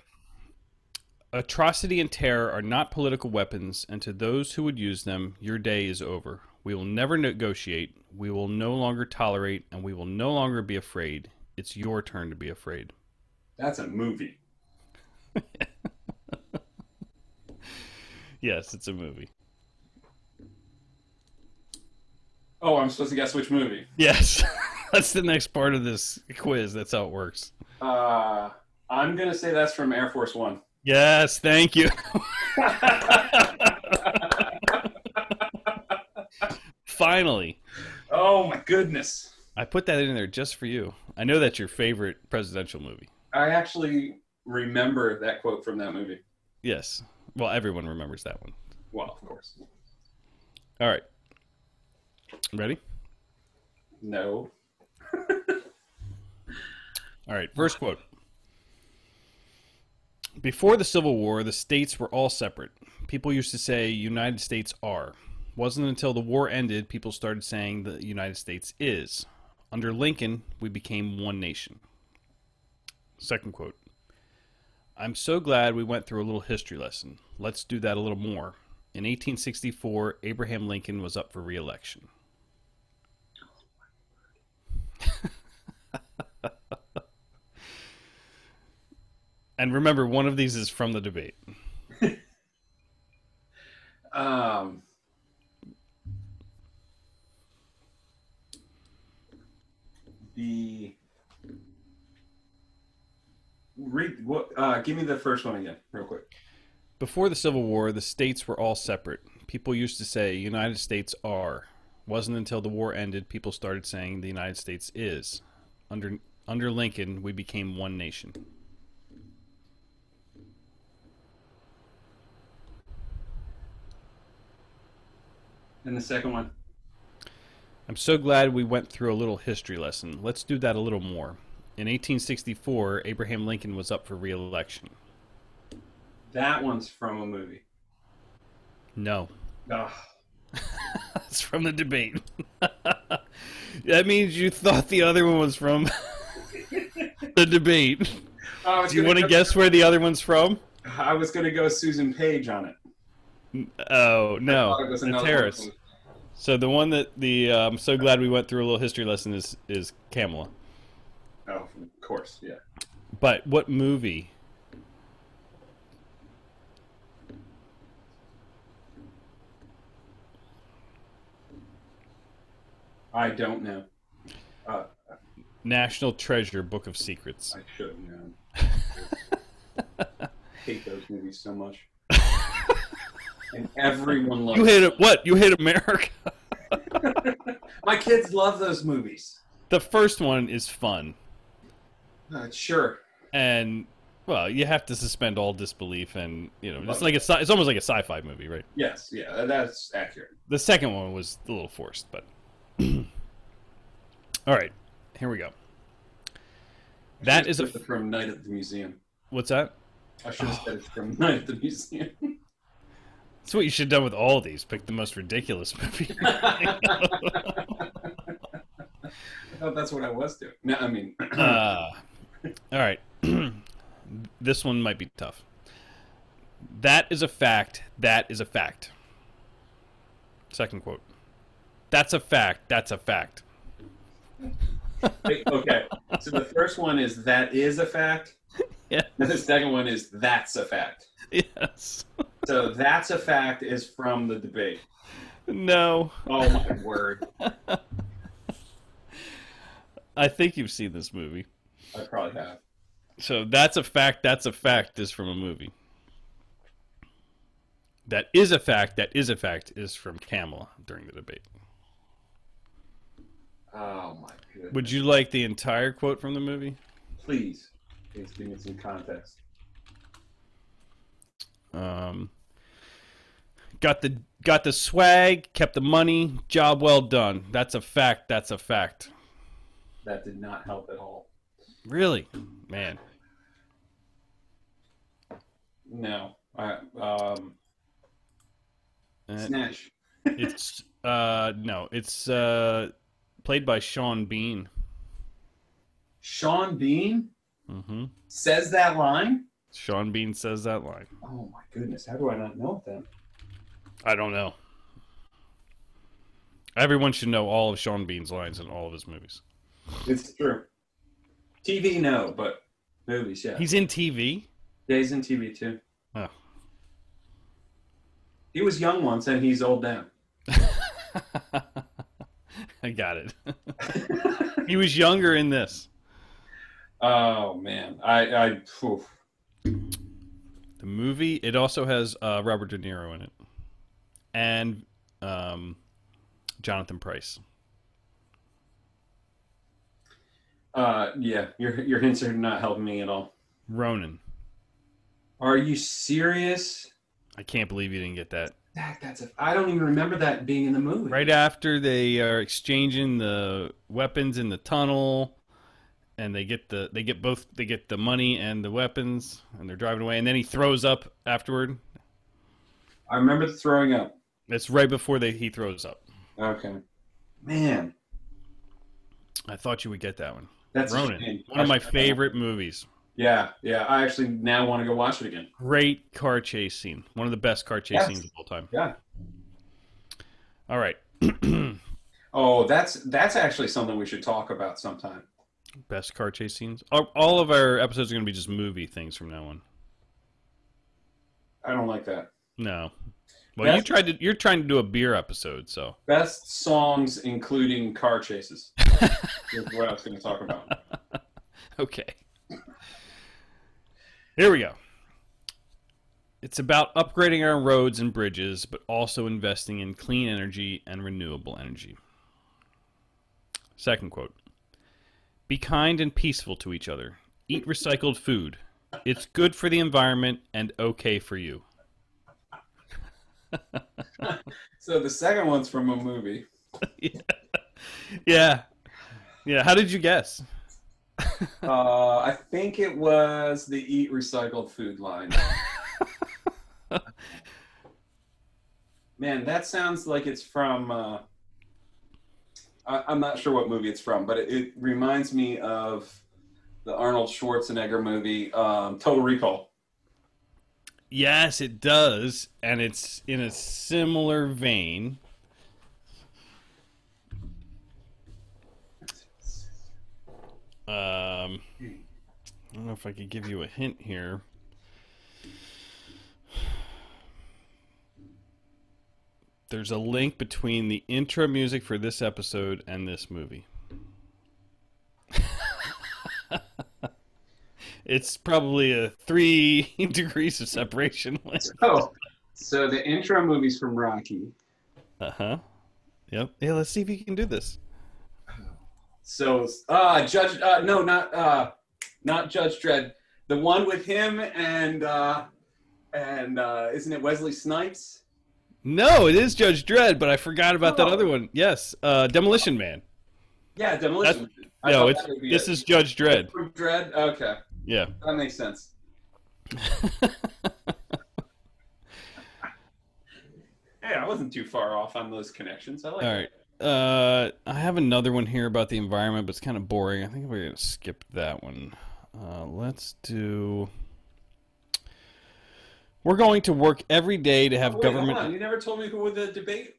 Atrocity and terror are not political weapons, and to those who would use them, your day is over. We will never negotiate. We will no longer tolerate, and we will no longer be afraid. It's your turn to be afraid.
That's a movie.
Yes, it's a movie.
Oh, I'm supposed to guess which movie.
Yes. That's the next part of this quiz. That's how it works.
Uh, I'm going to say that's from Air Force One.
Yes, thank you. Finally,
Oh my goodness.
I put that in there just for you. I know that's your favorite presidential movie.
I actually remember that quote from that movie.
Yes. Well, everyone remembers that one.
Well, of course.
All right. Ready?
No.
All right, first quote. Before the Civil War, the states were all separate. People used to say United States are. Wasn't until the war ended people started saying the United States is. Under Lincoln, we became one nation. Second quote. I'm so glad we went through a little history lesson. Let's do that a little more. In 1864, Abraham Lincoln was up for re-election. And remember, one of these is from the debate.
Um, the read what? Uh, give me the first one again, real quick.
Before the Civil War, the states were all separate. People used to say United States are. Wasn't until the war ended people started saying the United States is. Under under Lincoln, we became one nation.
And the second one.
I'm so glad we went through a little history lesson. Let's do that a little more. In 1864, Abraham Lincoln was up for re-election.
That one's from a movie.
No,
Ugh.
that's from the debate. that means you thought the other one was from the debate.
Oh, I was
Do you
gonna
want to
go-
guess where the other one's from?
I was gonna go Susan Page on it.
Oh no,
Thought it was
the
another
terrace.
one.
So the one that the uh, I'm so glad we went through a little history lesson is is Kamala.
Oh, of course, yeah.
But what movie?
I don't know. Uh,
National Treasure: Book of Secrets.
I should have known. hate those movies so much. and everyone loves
You hate it. What you hate America?
My kids love those movies.
The first one is fun,
Uh, sure.
and well, you have to suspend all disbelief, and you know it's like a, sci- it's almost like a sci-fi movie, right?
Yes, yeah, uh, that's accurate.
The second one was a little forced, but all right, here we go. That is a Oh.
It's from Night at the Museum.
what's that?
I should have said it's from Night at the Museum.
That's what you should have done with all these. Pick the most ridiculous movie.
I thought that's what I was doing. No, I mean,
Uh, all right. this one might be tough. That is a fact. That is a fact. Second quote. That's a fact. That's a fact.
wait, okay. So the first one is that is a fact.
Yeah.
And the second one is that's a fact.
Yes.
So that's a fact is from the debate.
No.
Oh my word!
I think you've seen this movie.
I probably have.
So that's a fact. That's a fact is from a movie. That is a fact. That is a fact is from Kamala during the debate.
Oh my goodness.
Would you like the entire quote from the movie?
please, please give me some context.
Um, got the got the swag, kept the money, job well done. That's a fact. That's a fact.
That did not help at all.
Really, man.
No. I, um,
Uh,
snatch.
it's uh no, it's uh played by Sean Bean.
Sean Bean
Mm-hmm.
says that line.
Sean Bean says that line.
Oh my goodness! How do I not know that?
I don't know. Everyone should know all of Sean Bean's lines in all of his movies.
It's true. TV, no, but movies, yeah.
He's in TV.
yeah, he's in TV too.
Oh.
He was young once, and he's old now.
I got it. he was younger in this.
Oh man, I, I, phew.
The movie. It also has uh, Robert De Niro in it, and um, Jonathan Price.
uh, yeah, your your hints are not helping me at all.
Ronan.
Are you serious?
I can't believe you didn't get that.
That, that's a, I don't even remember that being in the movie.
Right after they are exchanging the weapons in the tunnel, and they get the they get both they get the money and the weapons, and they're driving away, and then he throws up afterward.
I remember throwing up.
It's right before they he throws up.
Okay. Man,
I thought you would get that one.
that's a
Ronin,
shame.
one of my favorite movies.
Yeah, yeah. I actually now want to go watch it again.
Great car chase scene. One of the best car chase
Yes.
scenes of all time.
Yeah.
All right,
Oh, that's that's actually something we should talk about sometime.
best car chase scenes. All, all of our episodes are going to be just movie things from now on.
I don't like that.
No. Well, you
Best-
tried to. You're trying to do a beer episode, so
Best songs, including car chases, is what I was going to talk about.
okay. Here we go. It's about upgrading our roads and bridges, but also investing in clean energy and renewable energy. Second quote Be kind and peaceful to each other. Eat recycled food. It's good for the environment and okay for you.
So the second one's from a movie.
Yeah. Yeah. How did you guess?
Uh, I think it was the Eat Recycled Food line. Man, that sounds like it's from. Uh, I, I'm not sure what movie it's from, but it, it reminds me of the Arnold Schwarzenegger movie, um, Total Recall.
Yes, it does, and it's in a similar vein. Um, I don't know if I could give you a hint here. There's a link between the intro music for this episode and this movie. it's probably a three degrees of separation.
Oh, so the intro movie's from Rocky.
Uh huh. Yep. Yeah. Let's see if you can do this.
So, uh, Judge, uh, no, not uh, not Judge Dredd. The one with him and uh, and uh, isn't it Wesley Snipes?
No, it is Judge Dredd, but I forgot about that
Oh.
other one. Yes, uh, Demolition Man.
Yeah, Demolition. Man. I
no,
thought
it's
that would be
this
it.
is Judge Dredd.
from Dredd. Okay,
Yeah.
that makes sense. Hey, I wasn't too far off on those connections. I like.
All right. Uh, I have another one here about the environment, but it's kind of boring. I think we're gonna skip that one. Uh, let's do. We're going to work every day to have
Oh, Wait, hold
government.
on, You never told me who the debate.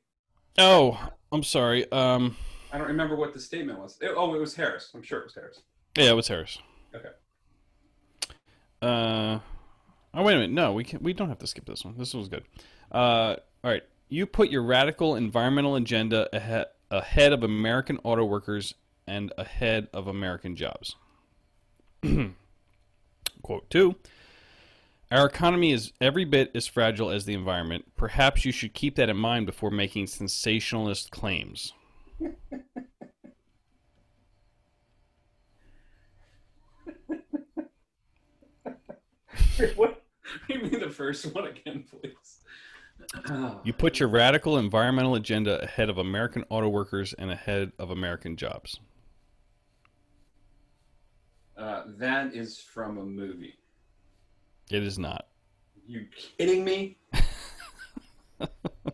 Oh, I'm sorry. Um,
I don't remember what the statement was. It- oh, it was Harris. I'm sure it was Harris.
yeah, it was Harris.
Okay.
Uh, oh wait a minute. No, we can. We don't have to skip this one. This one's good. Uh, all right. You put your radical environmental agenda ahead ahead of American auto workers and ahead of American jobs. Quote two. Our economy is every bit as fragile as the environment. Perhaps you should keep that in mind before making sensationalist claims.
what? Give me the first one again, please. Oh.
You put your radical environmental agenda ahead of American auto workers and ahead of American jobs.
Uh, that is from a movie.
It is not.
You kidding me?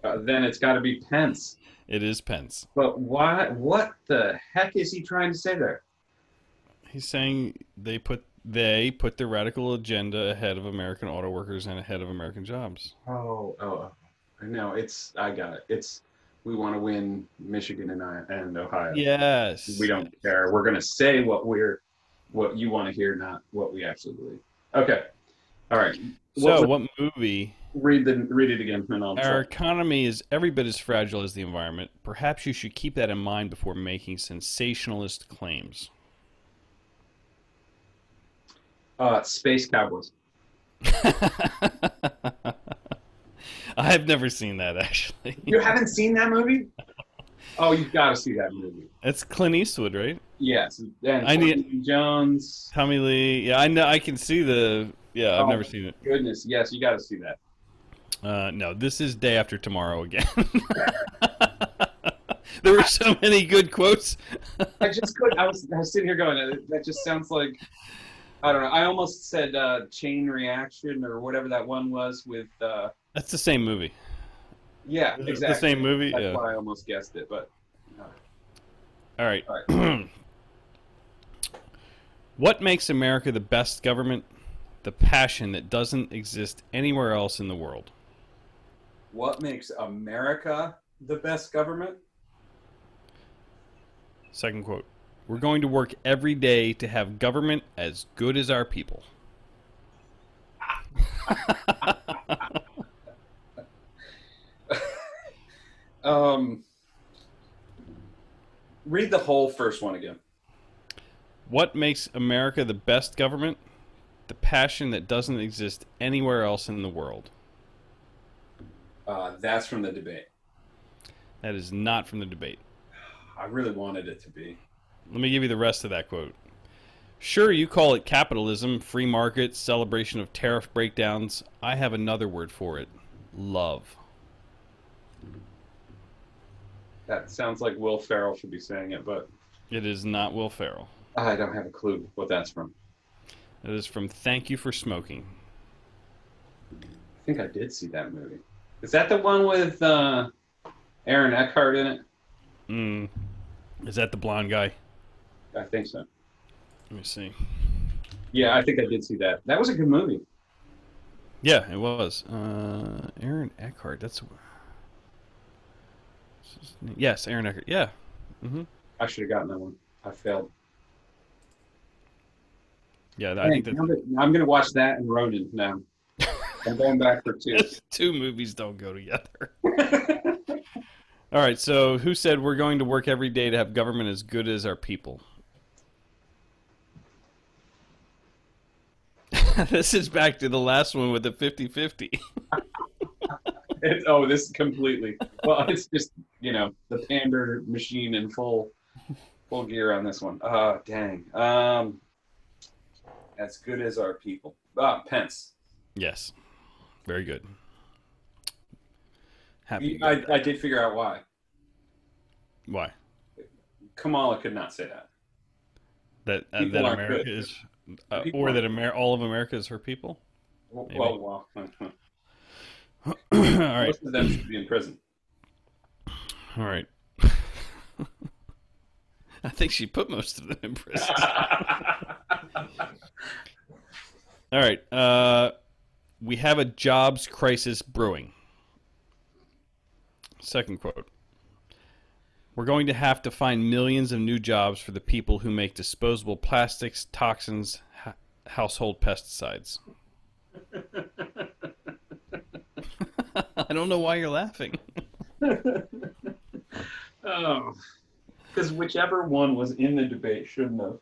Uh, then it's got to be Pence.
It is Pence.
But why? What the heck is he trying to say there?
He's saying they put they put their radical agenda ahead of American auto workers and ahead of American jobs.
Oh, oh, I know. It's I got it. It's we want to win Michigan and I and Ohio.
Yes.
We don't care. We're gonna say what we're, what you want to hear, not what we actually believe. Okay. All right.
So
What-
what movie?
Read the read it again, and I'll
Our economy is every bit as fragile as the environment. Perhaps you should keep that in mind before making sensationalist claims.
uh, Space Cowboys.
I have never seen that actually.
You haven't seen that movie? Oh, you've got to see that movie.
That's Clint Eastwood, right?
Yes, and
I need-
Tommy Lee Jones.
Tommy Lee. Yeah, I know. I can see the. Yeah, I've
Oh.
never seen it.
Goodness, yes, you got to see that.
Uh, no, this is day after tomorrow again. there were so many good quotes.
I just could. I was, I was sitting here going, "Uh, that just sounds like, I don't know. I almost said uh, chain reaction or whatever that one was with. Uh,
That's the same movie.
yeah,
It's
exactly.
The same movie.
That's
Yeah.
why I almost guessed it, but
All right. what makes America the best government? The passion that doesn't exist anywhere else in the world.
what makes America the best government?
Second quote. We're going to work every day to have government as good as our people.
Um, read the whole first one again.
What makes America the best government? The passion that doesn't exist anywhere else in the world.
Uh, that's from the debate.
That is not from the debate.
I really wanted it to be.
Let me give you the rest of that quote. Sure, you call it capitalism, free market, celebration of tariff breakdowns. I have another word for it love.
That sounds like Will Farrell should be saying it, but
It is not Will Ferrell.
I don't have a clue what that's from.
It is from Thank You for Smoking.
I think I did see that movie. Is that the one with uh, Aaron Eckhart in it?
Mm. Is that the blonde guy?
I think so.
Let me see.
Yeah, I think I did see that. That was a good movie.
Yeah, it was. Uh, Aaron Eckhart. That's. Yes, Aaron Eckhart. Yeah. hmm
I should have gotten that one. I failed.
Yeah, I think
Dang,
that
now that- I'm going to watch that and Ronin now. I'm going back for two.
two movies don't go together. All right, so who said we're going to work every day to have government as good as our people? this is back to the last one with the 50 50.
It's- oh, this completely. Well, it's just you know the pander machine in full full gear on this one. Oh, dang. Um, as good as our people. Ah, Pence.
Yes. Very good. Happy. you got
I, I did figure out why.
that. Why?
Kamala could not say that.
That, uh,
People
that
aren't
America
good.
is. Uh,
People
or
aren't
that Amer- all of America is her people?
Well,
Maybe.
well, well.
all right.
most of them should be in prison.
All right. I think she put most of them in prison. All right. Uh, we have a jobs crisis brewing. Second quote. We're going to have to find millions of new jobs for the people who make disposable plastics, toxins, ha- household pesticides. I don't know why you're laughing.
oh, because whichever one was in the debate shouldn't have.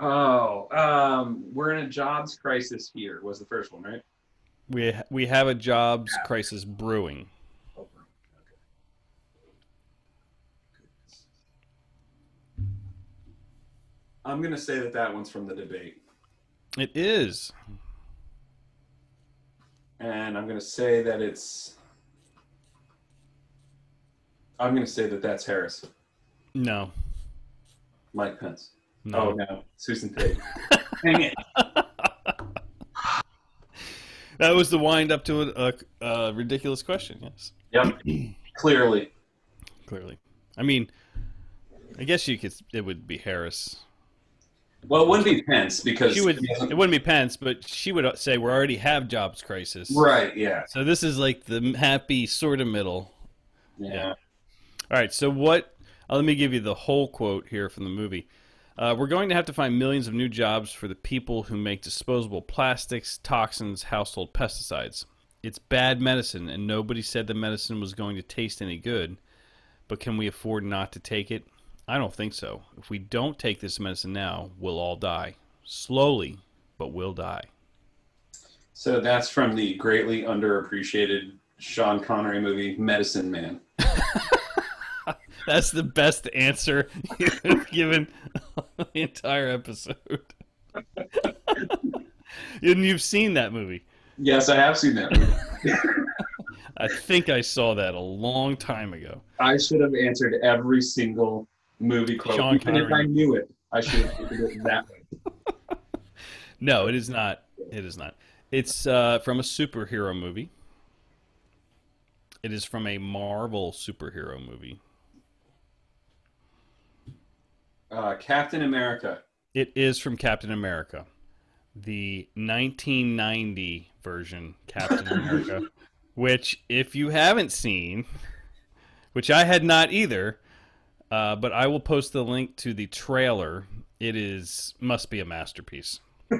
oh, um, we're in a jobs crisis here. Was the first one right?
We ha- we have a jobs crisis brewing.
Okay. I'm gonna say that that one's from the debate,
It is.
and I'm gonna say that it's. I'm gonna say that that's Harris,
No.
Mike Pence.
No.
Oh no, Susan Tate. Dang it!
That was the wind up to a, a, a ridiculous question. Yes,
Yep, clearly.
clearly. I mean, I guess you could. It would be Harris.
Well, it wouldn't be Pence because
She would. It wouldn't be Pence, but she would say we already have jobs crisis.
right. Yeah.
So this is like the happy sort of middle.
Yeah.
All right. So what? uh, let me give you the whole quote here from the movie. Uh, we're going to have to find millions of new jobs for the people who make disposable plastics, toxins, household pesticides. It's bad medicine, and nobody said the medicine was going to taste any good. But can we afford not to take it? I don't think so. If we don't take this medicine now, we'll all die. Slowly, but we'll die.
So that's from the greatly underappreciated Sean Connery movie Medicine Man.
That's the best answer you've given the entire episode. and you've seen that movie.
Yes, I have seen that. Movie.
I think I saw that a long time ago.
I should have answered every single movie quote,
Sean
even if
Connery.
I knew it. I should have answered it that way.
No, it is not. It is not. It's uh, from a superhero movie. It is from a Marvel superhero movie.
Uh, Captain America.
It is from Captain America, the 1990 version Captain America, which, if you haven't seen, which I had not either, uh, but I will post the link to the trailer. It is must be a masterpiece.
I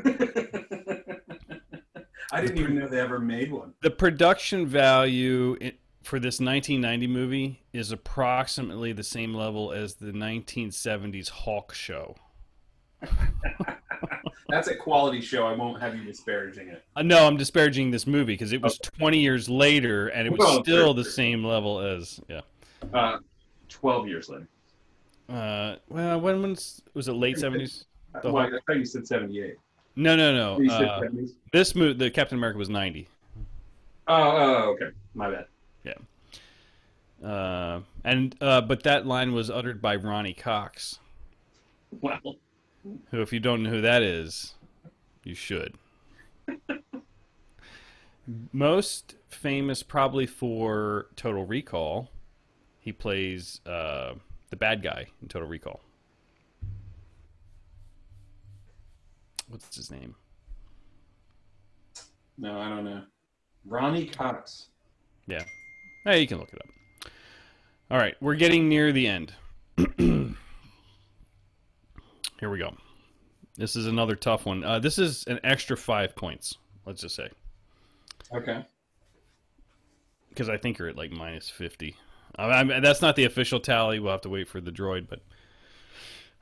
didn't even know they ever made one.
The production value i for this 1990 movie is approximately the same level as the 1970s Hawk Show.
That's a quality show. I won't have you disparaging it.
Uh, no, I'm disparaging this movie because it was 20 years later and it was
Well,
still
sure,
the
sure.
same level as yeah.
Uh, Twelve years later.
Uh, well, when was was it late 70s? The
well,
Hulk.
I thought you said seventy-eight.
No, no,
You
no.
said
Uh,
70s?
this movie, the Captain America was 90.
Oh, oh, okay. My bad.
Uh, and uh, but that line was uttered by Ronnie Cox,
Wow.
who, if you don't know who that is, you should. Most famous probably for Total Recall, he plays uh, the bad guy in Total Recall. What's his name?
No, I don't know. Ronnie Cox.
Yeah. Hey, you can look it up. All right, we're getting near the end. Here we go. This is another tough one. Uh, this is an extra five points, let's just say,
Okay.
because I think you're at like minus 50. I, I, that's not the official tally. We'll have to wait for the droid, but.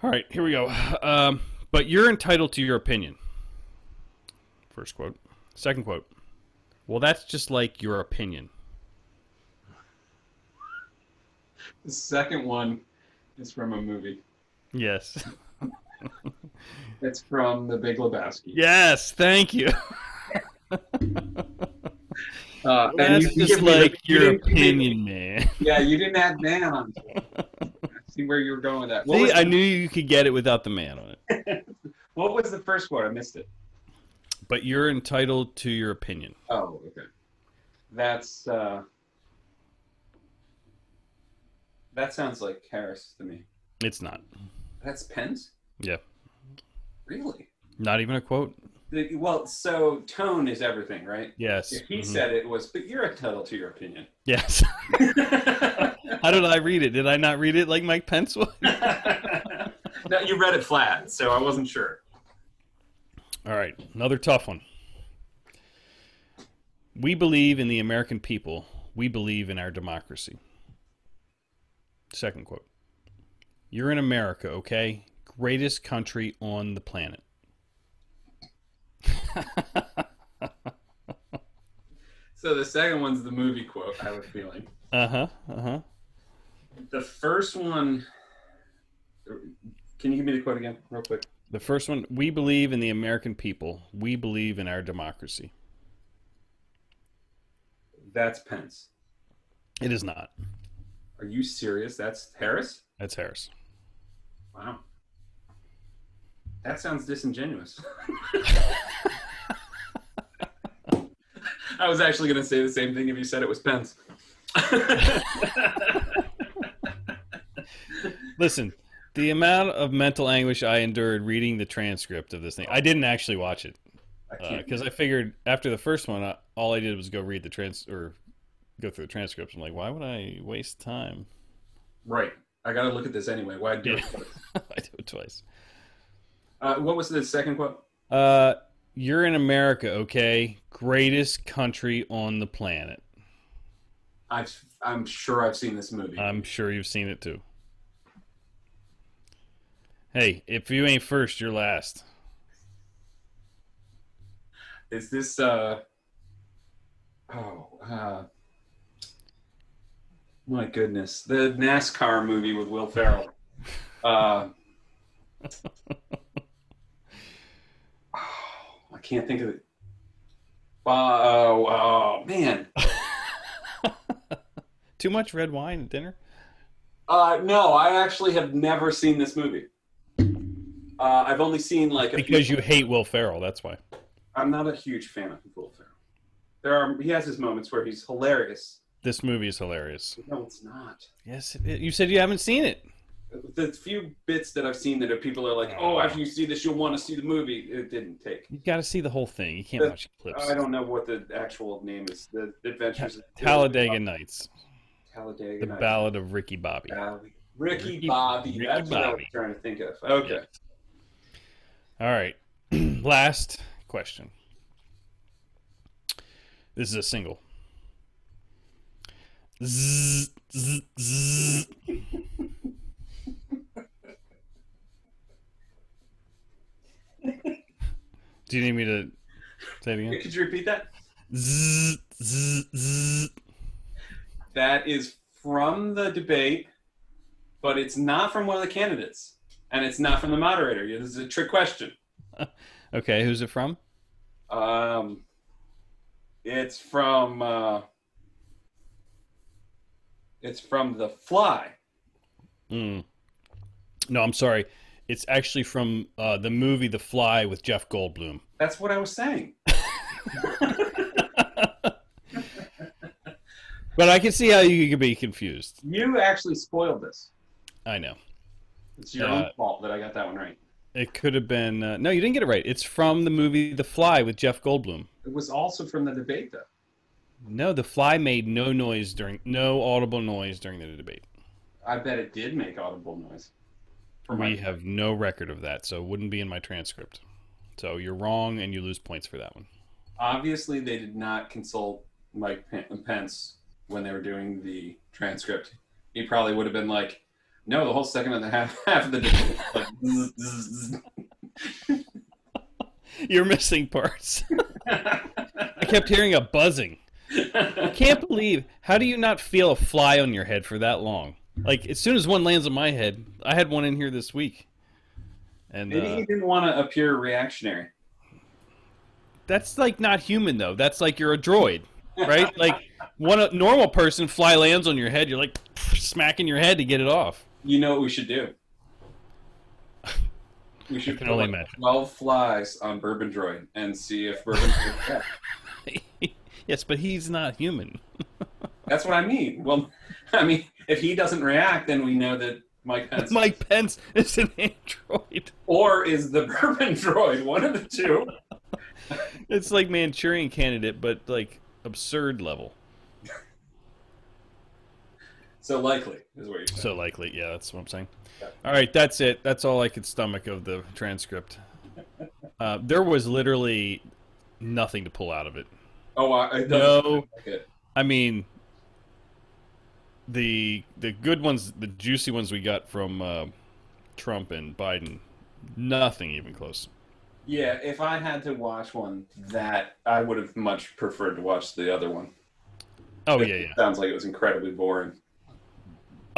All right, here we go. Um, but you're entitled to your opinion. First quote. Second quote. Well, that's just like your opinion.
The second one is from a movie.
Yes.
It's from The Big Lebowski.
Yes, thank you.
Uh, and
That's
you
just
can give me the-
like
you
your
didn't- you didn't-
opinion, man.
Yeah, you didn't add man on. it. I see where you were going with that. What,
See,
was,
I knew you could get it without the man on it.
what was the first quote? I missed it.
But you're entitled to your opinion.
Oh, okay. That's uh, that sounds like Harris to me.
It's not.
That's Pence.
Yeah.
Really?
Not even a quote.
The- well, so tone is everything, right?
Yes.
If he
Mhm.
said it was, but you're entitled to your opinion.
Yes. How did I read it? Did I not read it like Mike Pence would?
no, you read it flat, so I wasn't sure.
All right, another tough one. We believe in the American people. We believe in our democracy. Second quote. You're in America, okay? Greatest country on the planet.
So the second one's the movie quote. I have a feeling.
Uh huh. Uh huh.
The first one. Can you give me the quote again, real quick?
The first one we believe in the American people. We believe in our democracy.
That's Pence.
It is not.
Are you serious? That's Harris?
That's Harris.
Wow. That sounds disingenuous. I was actually going to say the same thing if you said it was Pence.
Listen, the amount of mental anguish I endured reading the transcript of this thing, I didn't actually watch it.
I can't.
because Uh, I figured after the first one, I, all I did was go read the trans or go through the transcripts. I'm like, why would I waste time?
right. I got to look at this anyway. Why do it?
Yeah. I do it twice.
Uh, what was the second quote?
Uh, you're in America, okay? Greatest country on the planet.
I've, I'm sure I've seen this movie.
I'm sure you've seen it too. Hey, if you ain't first, you're last.
Is this uh oh uh my goodness. The NASCAR movie with Will Ferrell. Uh oh, I can't think of it. Oh, oh man.
Too much red wine at dinner?
Uh, no, I actually have never seen this movie. Uh, I've only seen like a
Because
few.
you hate Will Ferrell, that's why.
I'm not a huge fan of Will Ferrell. There are he has his moments where he's hilarious.
This movie is hilarious.
No, it's not.
Yes, it- it, you said you haven't seen it.
The few bits that I've seen that are people are like, oh, after you see this, you'll want to see the movie. It didn't take.
You got to see the whole thing. You can't
The-
watch clips.
Uh, I don't know what the actual name is. The Adventures of
Talladega Nights,
Talladega.
The
Nights.
Ballad of Ricky Bobby.
Bobby. Ricky,
Ricky-
Bobby.
Ricky
That's what I was
Bobby.
trying to think of. Okay.
All right. Last question. This is a single. Zzz, zzz, zzz. Do you need me to say it again?
Could you repeat that?
Zzz, zzz, zzz.
That is from the debate, but it's not from one of the candidates, and it's not from the moderator. This is a trick question.
Okay, who's it from?
Um, it's from uh, it's from The Fly.
Mm. No, I'm sorry. It's actually from uh, the movie The Fly with Jeff Goldblum.
That's what I was saying.
But I can see how you could be confused.
You actually spoiled this.
I know.
It's your
Uh,
own fault that I got that one right.
It could have been. Uh, no, you didn't get it right. It's from the movie The Fly with Jeff Goldblum.
It was also from the debate, though.
No, The Fly made no noise during, no audible noise during the debate.
I bet it did make audible noise. For
We
my,
have no record of that, so it wouldn't be in my transcript. So you're wrong, and you lose points for that one.
obviously, they did not consult Mike Pen- Pence when they were doing the transcript. He probably would have been like, "No, the whole second and a half half of the debate." Like, zzz, zzz, zzz.
You're missing parts. I kept hearing a buzzing. I can't believe how do you not feel a fly on your head for that long? Like as soon as one lands on my head, I had one in here this week, and
Maybe
uh,
he didn't want to appear reactionary.
that's like not human though. That's like you're a droid, right? like one a normal person fly lands on your head, you're like smacking your head to get it off.
You know what we should do? We
I
should
can
put
only
like
imagine.
twelve flies on Bourbon Droid and see if Bourbon. Droid
yes, but he's not human.
That's what I mean. Well, I mean, if he doesn't react, then we know that Mike Pence
Mike Pence is an android.
or is the Bourbon Droid one of the two.
It's like Manchurian Candidate, but like absurd level.
So likely is what you're saying.
So likely, yeah, that's what I'm saying.
Yeah.
All right, that's it. That's all I could stomach of the transcript. Uh, there was literally nothing to pull out of it.
oh, I, it doesn't
No,
look it.
I mean the the good ones, the juicy ones we got from uh, Trump and Biden, nothing even close.
Yeah, if I had to watch one, that I would have much preferred to watch the other one.
Oh
It
yeah, yeah,
Sounds like it was incredibly boring.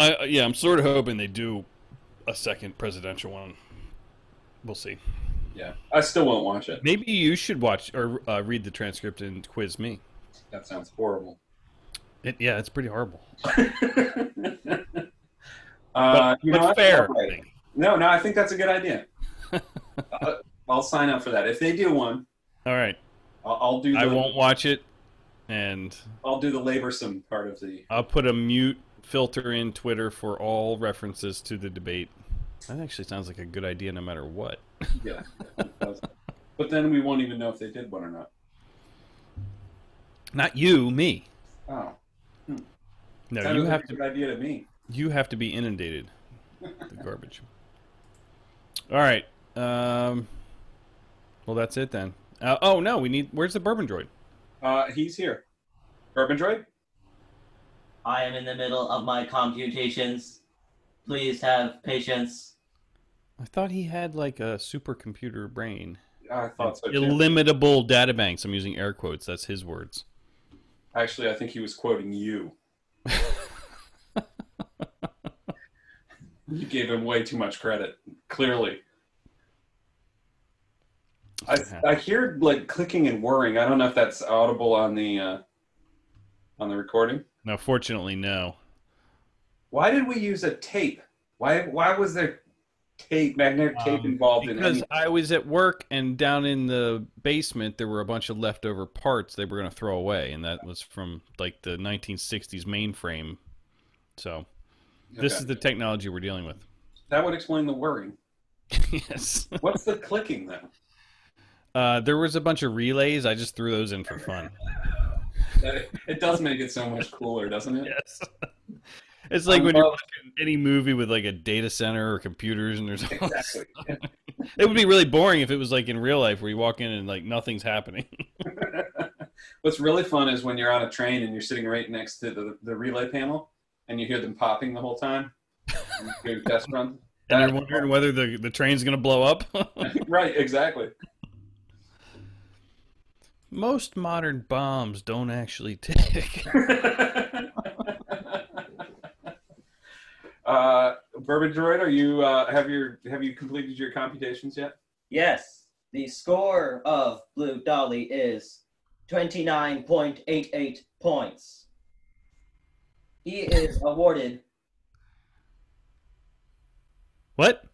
I, I- yeah. I'm sort of hoping they do a second presidential one. We'll see.
Yeah, I still won't watch it.
Maybe you should watch or uh, read the transcript and quiz me.
That sounds horrible.
It, yeah, it's pretty horrible.
uh, you know, I
but
think
fair.
I'm right. No, no, I think that's a good idea. uh, I'll sign up for that if they do one.
All right,
I'll, I'll do. The,
I won't watch it, and
I'll do the laborsome part of the.
I'll put a mute filter in Twitter for all references to the debate. That actually sounds like a good idea, no matter what.
Yeah. but then we won't even know if they did one or not.
Not you, me.
Oh,
No,
sounded
you
like
have
a
to.
good idea to me.
You have to be inundated. with The garbage. All right. Um, well, that's it then. Uh, oh no, we need. Where's the bourbon droid?
Uh, he's here. Urban Droid.
I am in the middle of my computations. Please have patience.
I thought he had like a supercomputer brain.
I thought so too.
Illimitable data banks. I'm using air quotes. That's his words.
Actually, I think he was quoting you. you gave him way too much credit. Clearly. I,
That's what happened.
I hear like clicking and whirring. I don't know if that's audible on the uh, on the recording.
No, fortunately, no.
Why did we use a tape? Why why was there tape magnetic tape
Um,
involved in
Because
any?
I was at work and down in the basement there were a bunch of leftover parts they were going to throw away, and that was from like the 1960s mainframe. So this
Okay.
is the technology we're dealing with.
that would explain the whirring.
yes.
What's the clicking though?
Uh, there was a bunch of relays. I just threw those in for fun.
That- It does make it so much cooler, doesn't it?
Yes. It's like
I
when you're
love-
watching any movie with like a data center or computers and there's all this-
Exactly.
It would be really boring if it was like in real life where you walk in and like nothing's happening.
What's really fun is when you're on a train and you're sitting right next to the, the relay panel and you hear them popping the whole time. and you're doing test runs.
And
That-
you're wondering whether the, the train's going to blow up.
right, exactly.
Most modern bombs don't actually tick.
uh, Bourbon Droid, are you uh, have your have you completed your computations yet?
Yes, the score of Blue Dolly is 29.88 points. He is awarded
What?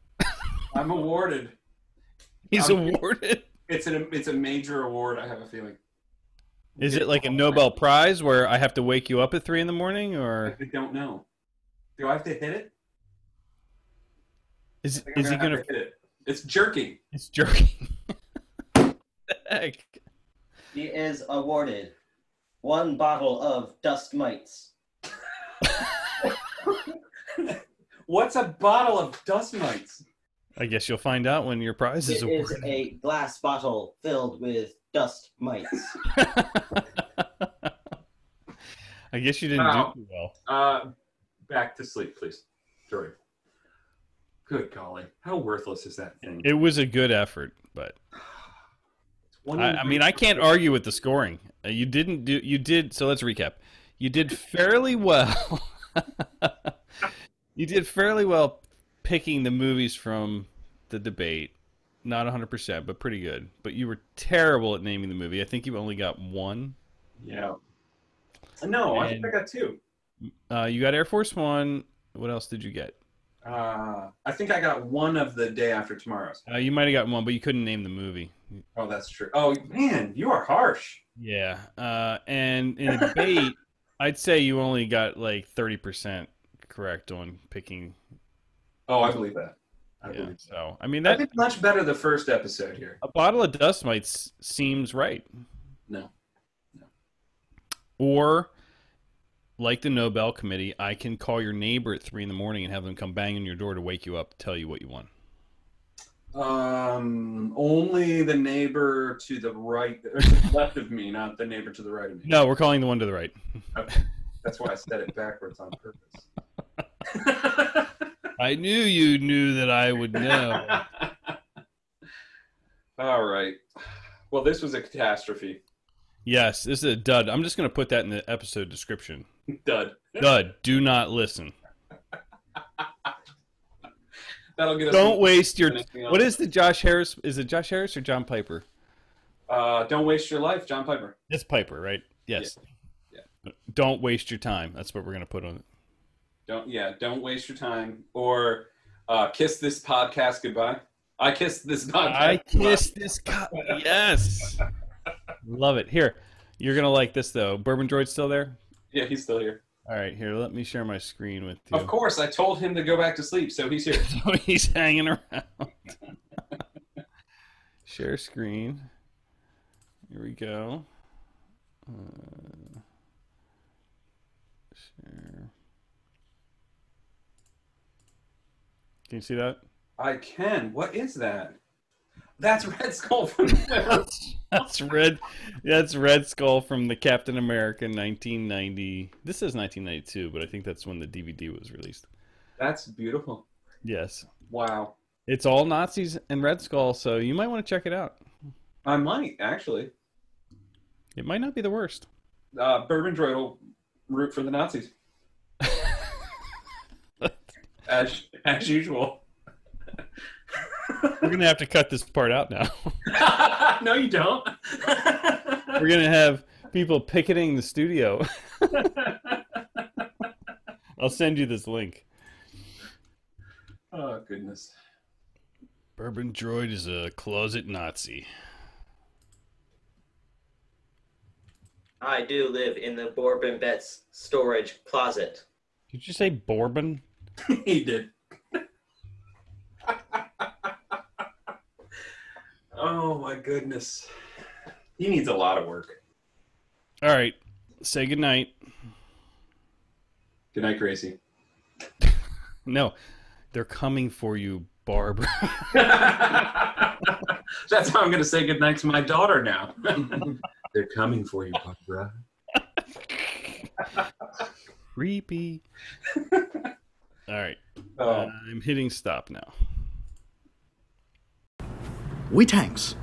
I'm awarded.
He's
Um,
awarded?
It's an it's a major award. I have a feeling.
Is it like a Nobel Prize where I have to wake you up at three in the morning,
I
or
don't know. Do I have to hit it?
is
I think I'm
is he
gonna
gonna?
have to hit it? It's jerking.
It's jerking. Heck.
he is awarded one bottle of dust mites.
What's a bottle of dust mites?
I guess you'll find out when your prize is
It is
awarded.
a glass bottle filled with dust mites.
I guess you didn't
Wow.
do too well.
Uh, back to sleep, please. Sorry. Good golly, how worthless is that thing?
It was a good effort, but I, I mean, I can't argue with the scoring. Uh, You didn't do. You did. So let's recap. You did fairly well. you did fairly well picking the movies from the debate. Not 100%, but pretty good. But you were terrible at naming the movie. I think you only got one.
Yeah. Uh, No, I think
And-
I got two.
Uh, you got Air Force One. What else did you get?
Uh, I think I got one of the day after tomorrow's.
Uh, you might have gotten one, but you couldn't name the movie.
Oh, that's true. Oh man, you are harsh.
Yeah. Uh, and in the debate, I'd say you only got like 30% correct on picking
Oh, I believe that. I
Yeah,
believe that.
so I mean
I
that
did much better the first episode here.
a bottle of dust mites seems right,
No.
or like the Nobel Committee, I can call your neighbor at three in the morning and have them come bang on your door to wake you up, to tell you what you want.
Um, only the neighbor to the right or to the left of me, not the neighbor to the right of me.
No, we're calling the one to the right.
That's why I said it backwards on purpose.
I knew you knew that I would know.
All right. Well, this was a catastrophe.
yes, this is a dud. I'm just going to put that in the episode description.
Dud.
Dud. Do not listen.
That'll get us.
Don't waste your.
Anything else?
What is the Josh Harris? Is it Josh Harris or John Piper?
Uh, don't waste your life, John Piper.
It's Piper, right? Yes.
Yeah.
Don't waste your time. That's what we're going to put on it.
Don't yeah, don't waste your time or uh, kiss this podcast goodbye. I kissed this podcast.
I kissed this cop. Yes. Love it. Here, you're going to like this, though. Bourbon Droid's still there?
Yeah, he's still here.
All right, here, let me share my screen with you.
Of course, I told him to go back to sleep, so he's here.
So he's hanging around. share screen. Here we go. Uh, share. Can you see that?
I can. What is that? That's Red Skull from the
That's red. That's Red Skull from the Captain America 1990. This is 1992, but I think that's when the DVD was released.
That's beautiful.
Yes,
Wow.
it's all Nazis and Red Skull, so you might want to check it out.
I might actually.
It might not be the worst.
Uh, Bourbon Droid will root for the Nazis as as usual.
We're gonna have to cut this part out now.
no, you don't.
We're gonna have people picketing the studio. I'll send you this link.
oh goodness.
Bourbon Droid is a closet Nazi.
I do live in the Bourbon Bets storage closet.
Did you say Bourbon?
he did. oh my goodness. He needs a lot of work.
All right, say goodnight.
Good night, Gracie.
No, they're coming for you, Barbara.
That's how I'm going to say goodnight to my daughter now. They're coming for you, Barbara.
Creepy. All right,
Oh.
I'm hitting stop now.
We tanks